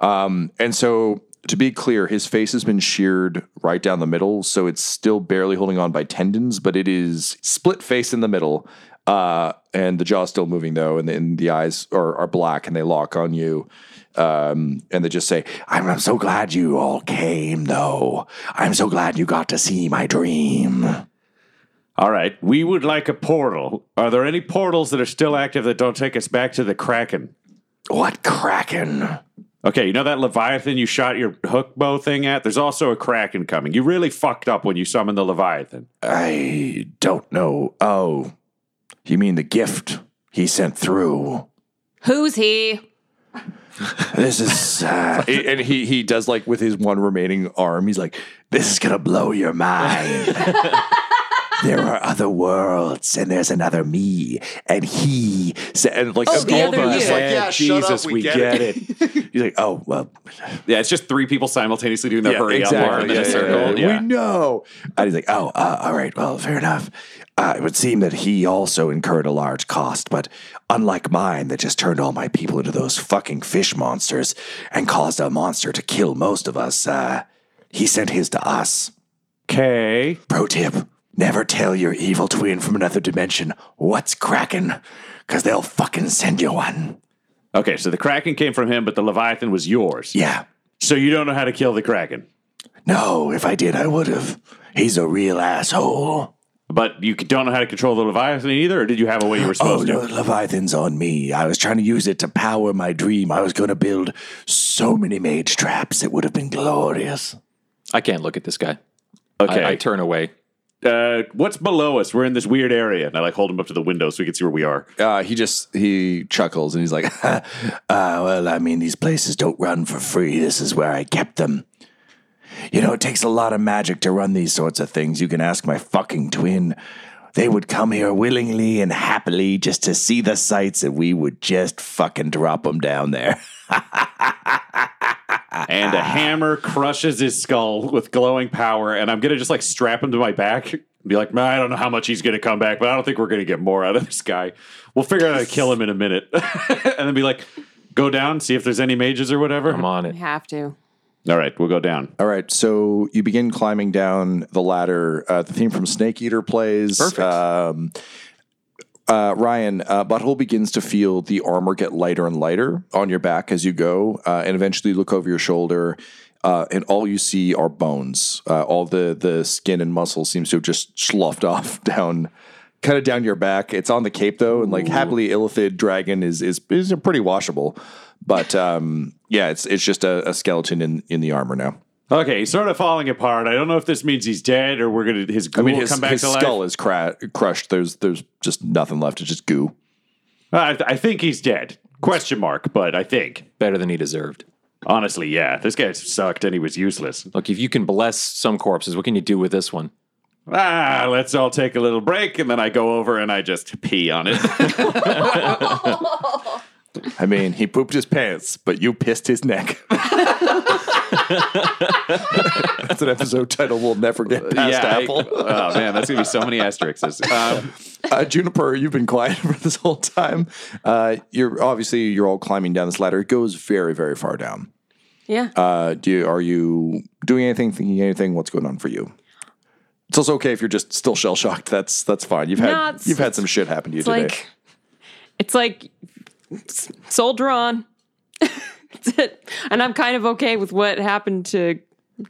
Um, and so, to be clear, his face has been sheared right down the middle, so it's still barely holding on by tendons, but it is split face in the middle. Uh, and the jaw's still moving though, and, and the eyes are, are black and they lock on you. Um, and they just say, I'm, I'm so glad you all came though. I'm so glad you got to see my dream. All right, we would like a portal. Are there any portals that are still active that don't take us back to the Kraken? What Kraken? Okay, you know that Leviathan you shot your hook bow thing at? There's also a Kraken coming. You really fucked up when you summoned the Leviathan. I don't know. Oh, you mean the gift he sent through? Who's he? This is. Uh, and he, he does like with his one remaining arm, he's like, this is going to blow your mind. there are other worlds and there's another me. And he said, and like, Oh, and the all other of us you. Yeah, shut up, we get it. He's like, oh, well. Yeah, it's just three people simultaneously doing the hurry up arm in a circle. Yeah. We know. And he's like, oh, uh, all right, well, fair enough. Uh, it would seem that he also incurred a large cost, but unlike mine, that just turned all my people into those fucking fish monsters and caused a monster to kill most of us, uh, he sent his to us. Okay. Pro tip never tell your evil twin from another dimension what's cracking, because they'll fucking send you one. Okay, so the Kraken came from him, but the Leviathan was yours. Yeah. So you don't know how to kill the Kraken. No, if I did, I would have. He's a real asshole. But you don't know how to control the Leviathan either, or did you have a way you were Oh, supposed no, to? the Leviathan's on me. I was trying to use it to power my dream. I was going to build so many mage traps. It would have been glorious. I can't look at this guy. Okay. I, I turn away. Uh, what's below us? We're in this weird area. And I like hold him up to the window so we can see where we are. Uh, he just, he chuckles and he's like, uh, well, I mean, these places don't run for free. This is where I kept them. You know, it takes a lot of magic to run these sorts of things. You can ask my fucking twin. They would come here willingly and happily just to see the sights, and we would just fucking drop them down there. and a hammer crushes his skull with glowing power. And I'm gonna just like strap him to my back. and Be like, man, I don't know how much he's gonna come back, but I don't think we're gonna get more out of this guy. We'll figure out how to kill him in a minute, and then be like, go down, see if there's any mages or whatever. I'm on We have to. All right, we'll go down. All right, so you begin climbing down the ladder. Uh, the theme from Snake Eater plays. Perfect. Um, uh, Ryan, uh, Butthole begins to feel the armor get lighter and lighter on your back as you go, uh, and eventually you look over your shoulder, uh, and all you see are bones. Uh, all the the skin and muscle seems to have just sloughed off down, kind of down your back. It's on the cape though, and like happily illithid dragon is is is pretty washable, but um, yeah, it's it's just a, a skeleton in in the armor now. Okay, he's sort of falling apart. I don't know if this means he's dead or we're gonna his ghoul I mean, his, come back his to skull life. is cra- crushed. There's there's just nothing left. It's just goo. I, th- I think he's dead. Question mark, but I think better than he deserved. Honestly, yeah, this guy sucked and he was useless. Look, if you can bless some corpses, what can you do with this one? Ah, let's all take a little break, and then I go over and I just pee on it. I mean, he pooped his pants, but you pissed his neck. That's an episode title we'll never get past. I- Apple. oh man, that's gonna be so many asterisks. Um, uh, Juniper, you've been quiet for this whole time. Uh, you're obviously you're all climbing down this ladder. It goes very very far down. Yeah. Uh, do you, are you doing anything? Thinking anything? What's going on for you? It's also okay if you're just still shell shocked. That's that's fine. You've had No, it's- you've had some shit happen to you It's today. like it's like s- soldier on. That's it. And I'm kind of okay with what happened to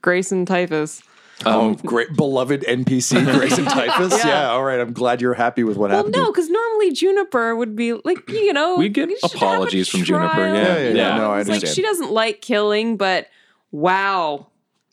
Grayson Typhus. Um, oh, great beloved NPC Grayson Typhus. Yeah. yeah. all right. I'm glad you're happy with what Well, happened. no, because normally Juniper would be like, you know, We'd get you should have a apologies from Juniper. trial. Yeah, Yeah, yeah, yeah. yeah. No, I It's like understand. she doesn't like killing, but wow,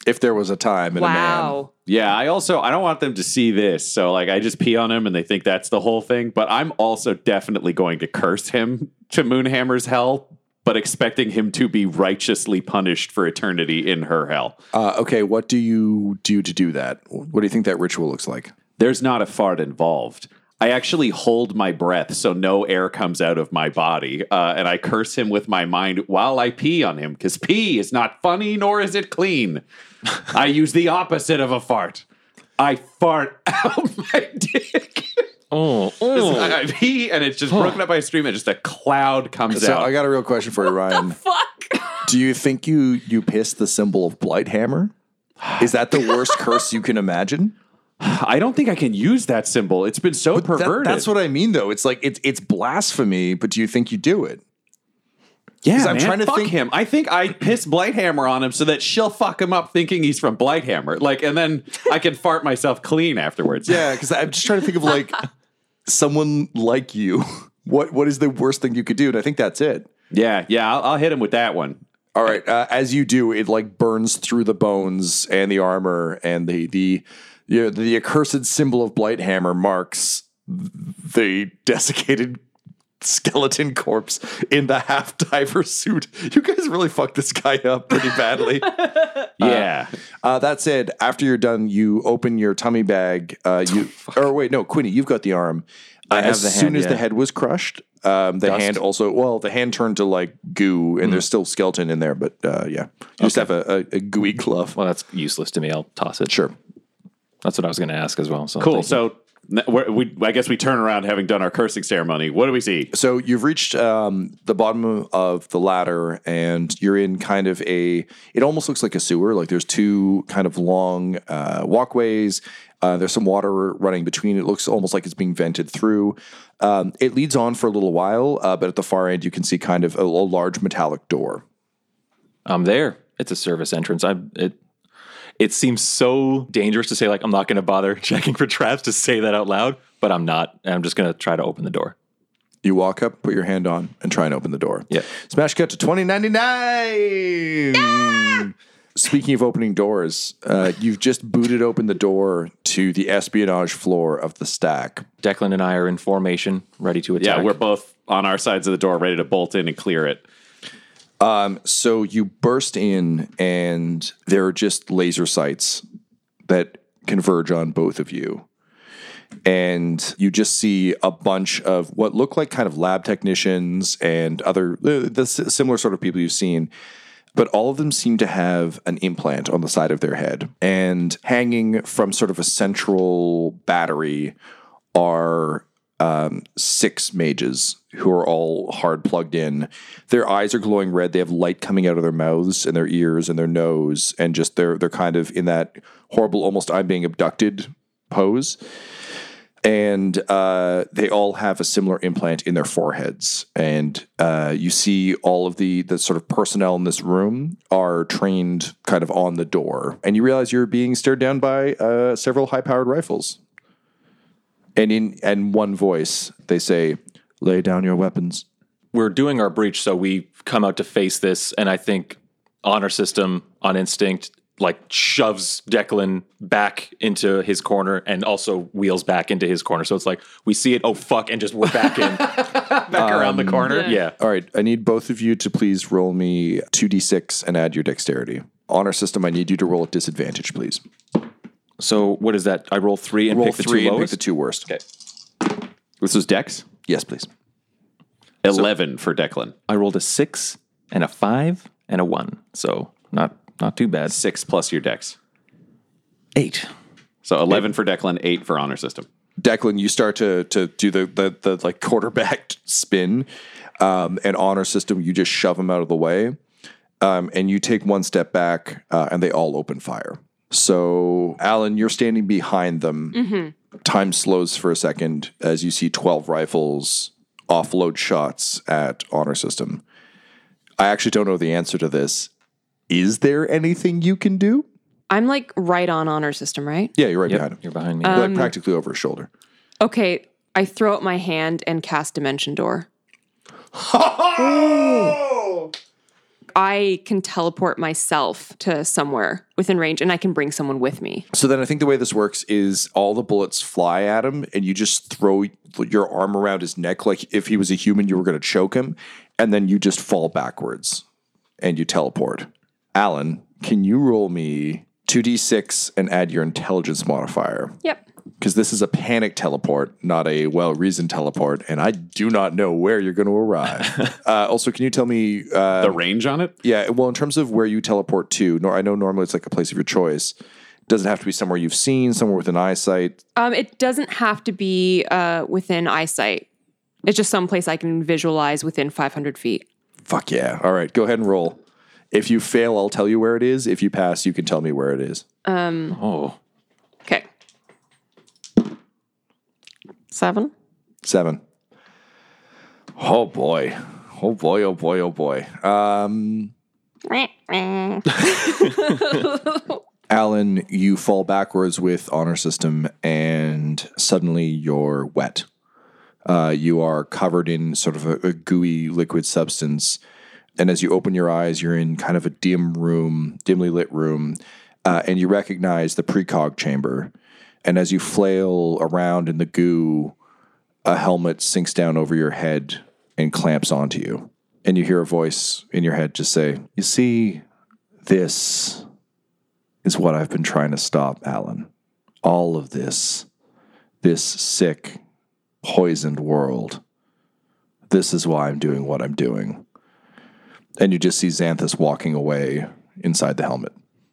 if there was a time and a man. wow. yeah, I also I don't want them to see this, so like I just pee on him and they think that's the whole thing. But I'm also definitely going to curse him to Moonhammer's hell but expecting him to be righteously punished for eternity in her hell. Uh, okay, what do you do to do that? What do you think that ritual looks like? There's not a fart involved. I actually hold my breath so no air comes out of my body, uh, and I curse him with my mind while I pee on him because pee is not funny nor is it clean. I use the opposite of a fart. I fart Oh, oh. I, I pee, and it's just broken up by a stream, and just a cloud comes So out. I got a real question for you, Ryan. Do you think you you pissed the symbol of Blighthammer? Is that the worst curse you can imagine? I don't think I can use that symbol. It's been so perverted. that's what I mean, though. It's like it's it's blasphemy. But do you think you do it? Yeah, I'm trying to fuck him. I think I piss Blighthammer on him so that she'll fuck him up, thinking he's from Blighthammer. Like, and then I can fart myself clean afterwards. Yeah, because I'm just trying to think of like someone like you. What what is the worst thing you could do? And I think that's it. Yeah, yeah, I'll, I'll hit him with that one. All right. Uh, as you do, it like burns through the bones and the armor and the the you know, the accursed symbol of Blighthammer marks the desiccated skeleton corpse in the half diver suit. You guys really fucked this guy up pretty badly. Yeah. Uh, uh, that said, after you're done, you open your tummy bag. Uh, you or wait, no, Quinny, you've got the arm. Uh, I have as the soon hand, as the yeah. head was crushed, um, the Dust. hand also. Well, the hand turned to like goo, and Hmm. there's still skeleton in there. But uh, yeah, you just have a, a, a gooey glove. Well, that's useless to me. I'll toss it. Sure. That's what I was going to ask as well. So thank Cool. you. So n- we're, we, I guess we turn around having done our cursing ceremony. What do we see? So you've reached um, the bottom of the ladder, and you're in kind of a. It almost looks like a sewer. Like there's two kind of long uh, walkways. Uh, there's some water running between. It looks almost like it's being vented through. Um, it leads on for a little while, uh, but at the far end, you can see kind of a, a large metallic door. I'm there. It's a service entrance. I it it seems so dangerous to say like I'm not going to bother checking for traps to say that out loud, but I'm not. And I'm just going to try to open the door. You walk up, put your hand on, and try and open the door. Yeah. Smash cut to 2099. Speaking of opening doors, uh, you've just booted open the door to the espionage floor of the stack. Declan and I are in formation, ready to attack. Yeah, we're both on our sides of the door, ready to bolt in and clear it. Um, so you burst in, and there are just laser sights that converge on both of you. And you just see a bunch of what look like kind of lab technicians and other the, the s- similar sort of people you've seen, but all of them seem to have an implant on the side of their head. And hanging from sort of a central battery are um, six mages who are all hard plugged in. Their eyes are glowing red. They have light coming out of their mouths and their ears and their nose, and just they're they're kind of in that horrible, almost I'm being abducted pose. And uh, they all have a similar implant in their foreheads, and uh, you see all of the the sort of personnel in this room are trained kind of on the door, and you realize you're being stared down by uh, several high powered rifles. And in and one voice, they say, "Lay down your weapons." we're doing our breach, so we come out to face this, and I think honor system on instinct like shoves Declan back into his corner and also wheels back into his corner. So it's like we see it, oh fuck, and just we're back in. Um, Back around the corner. Yeah. All right. I need both of you to please roll me two d six and add your dexterity. Honor system. I need you to roll at disadvantage, please. So what is that? I roll three and roll pick the three two and pick lowest? the two worst. Okay. This was Dex? Yes, please. 11 for Declan. I rolled a six and a five and a one. So not not too bad. Six plus your Dex. Eight. So 11 for Declan, 8 for Honor System. Declan, you start to to do the the, the like quarterback spin, um, and honor system. You just shove them out of the way, um, and you take one step back, uh, and they all open fire. So, Alan, you're standing behind them. Mm-hmm. time slows for a second as you see 12 rifles offload shots at honor system i actually don't know the answer to this is there anything you can do I'm like right on honor system, right? yeah you're right behind him you're behind me. like Um, practically over his shoulder Okay, I throw up my hand and cast dimension door. I can teleport myself to somewhere within range and I can bring someone with me. so then i think the way this works is all the bullets fly at him and you just throw your arm around his neck like if he was a human you were going to choke him and then you just fall backwards and you teleport. Alan, can you roll me 2d6 and add your intelligence modifier? Yep. Because this is a panic teleport, not a well reasoned teleport, and I do not know where you're going to arrive. uh, also, can you tell me uh, The range on it? Yeah, well, in terms of where you teleport to, nor I know normally it's like a place of your choice. Doesn't have to be somewhere you've seen, somewhere with an eyesight. Um, it doesn't have to be uh, within eyesight. It's just someplace I can visualize within 500 feet. Fuck yeah! All right, go ahead and roll. If you fail, I'll tell you where it is. If you pass, you can tell me where it is. Um, Oh. okay. Seven. Seven. Oh boy. Oh boy, oh boy, oh boy. Um Alan, you fall backwards with honor system and suddenly you're wet. Uh, you are covered in sort of a, a gooey liquid substance. And as you open your eyes, you're in kind of a dim room, dimly lit room, uh, and you recognize the precog chamber. And as you flail around in the goo, a helmet sinks down over your head and clamps onto you. And you hear a voice in your head just say, You see, this is what I've been trying to stop, Alan. All of this, this sick, poisoned world. This is why I'm doing what I'm doing. And you just see Xanthus walking away inside the helmet.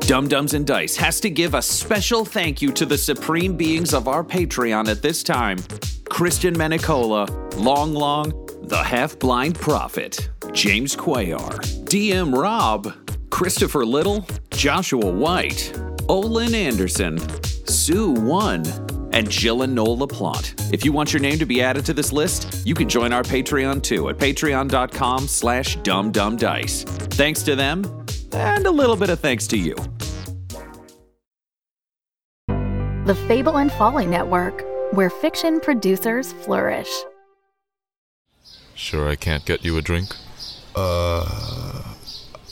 Dum Dums and Dice has to give a special thank you to the supreme beings of our Patreon at this time Christian Menicola, Long Long, The Half Blind Prophet, James Cuellar, DM Rob, Christopher Little, Joshua White, Olin Anderson, Sue One, and Jill and Noel LaPlante. If you want your name to be added to this list, you can join our Patreon too at patreon.com slash dumdumdice. Thanks to them, and a little bit of thanks to you. The Fable and Folly Network, where fiction producers flourish. Sure, I can't get you a drink. Uh,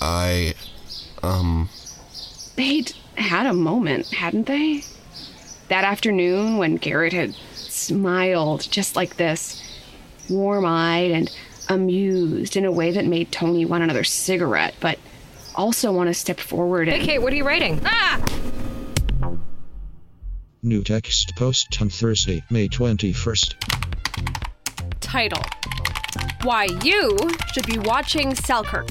I, um, They'd had a moment, hadn't they? That afternoon when Garrett had smiled just like this, warm eyed and amused in a way that made Tony want another cigarette, but also want to step forward and. Hey, Kate, what are you writing? Ah! New text post on Thursday, May 21st. Title Why You Should Be Watching Selkirk.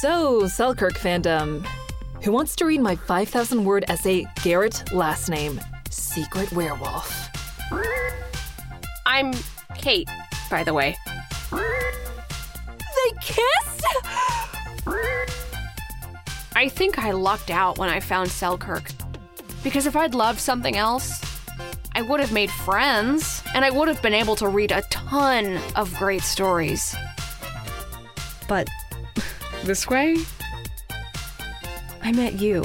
So, Selkirk fandom. Who wants to read my 5,000 word essay, Garrett Last Name Secret Werewolf? I'm Kate, by the way. They kissed? I think I lucked out when I found Selkirk. Because if I'd loved something else, I would have made friends, and I would have been able to read a ton of great stories. But this way? I met you.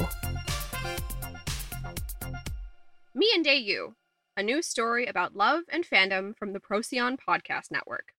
Me and Day You, a new story about love and fandom from the Procyon Podcast Network.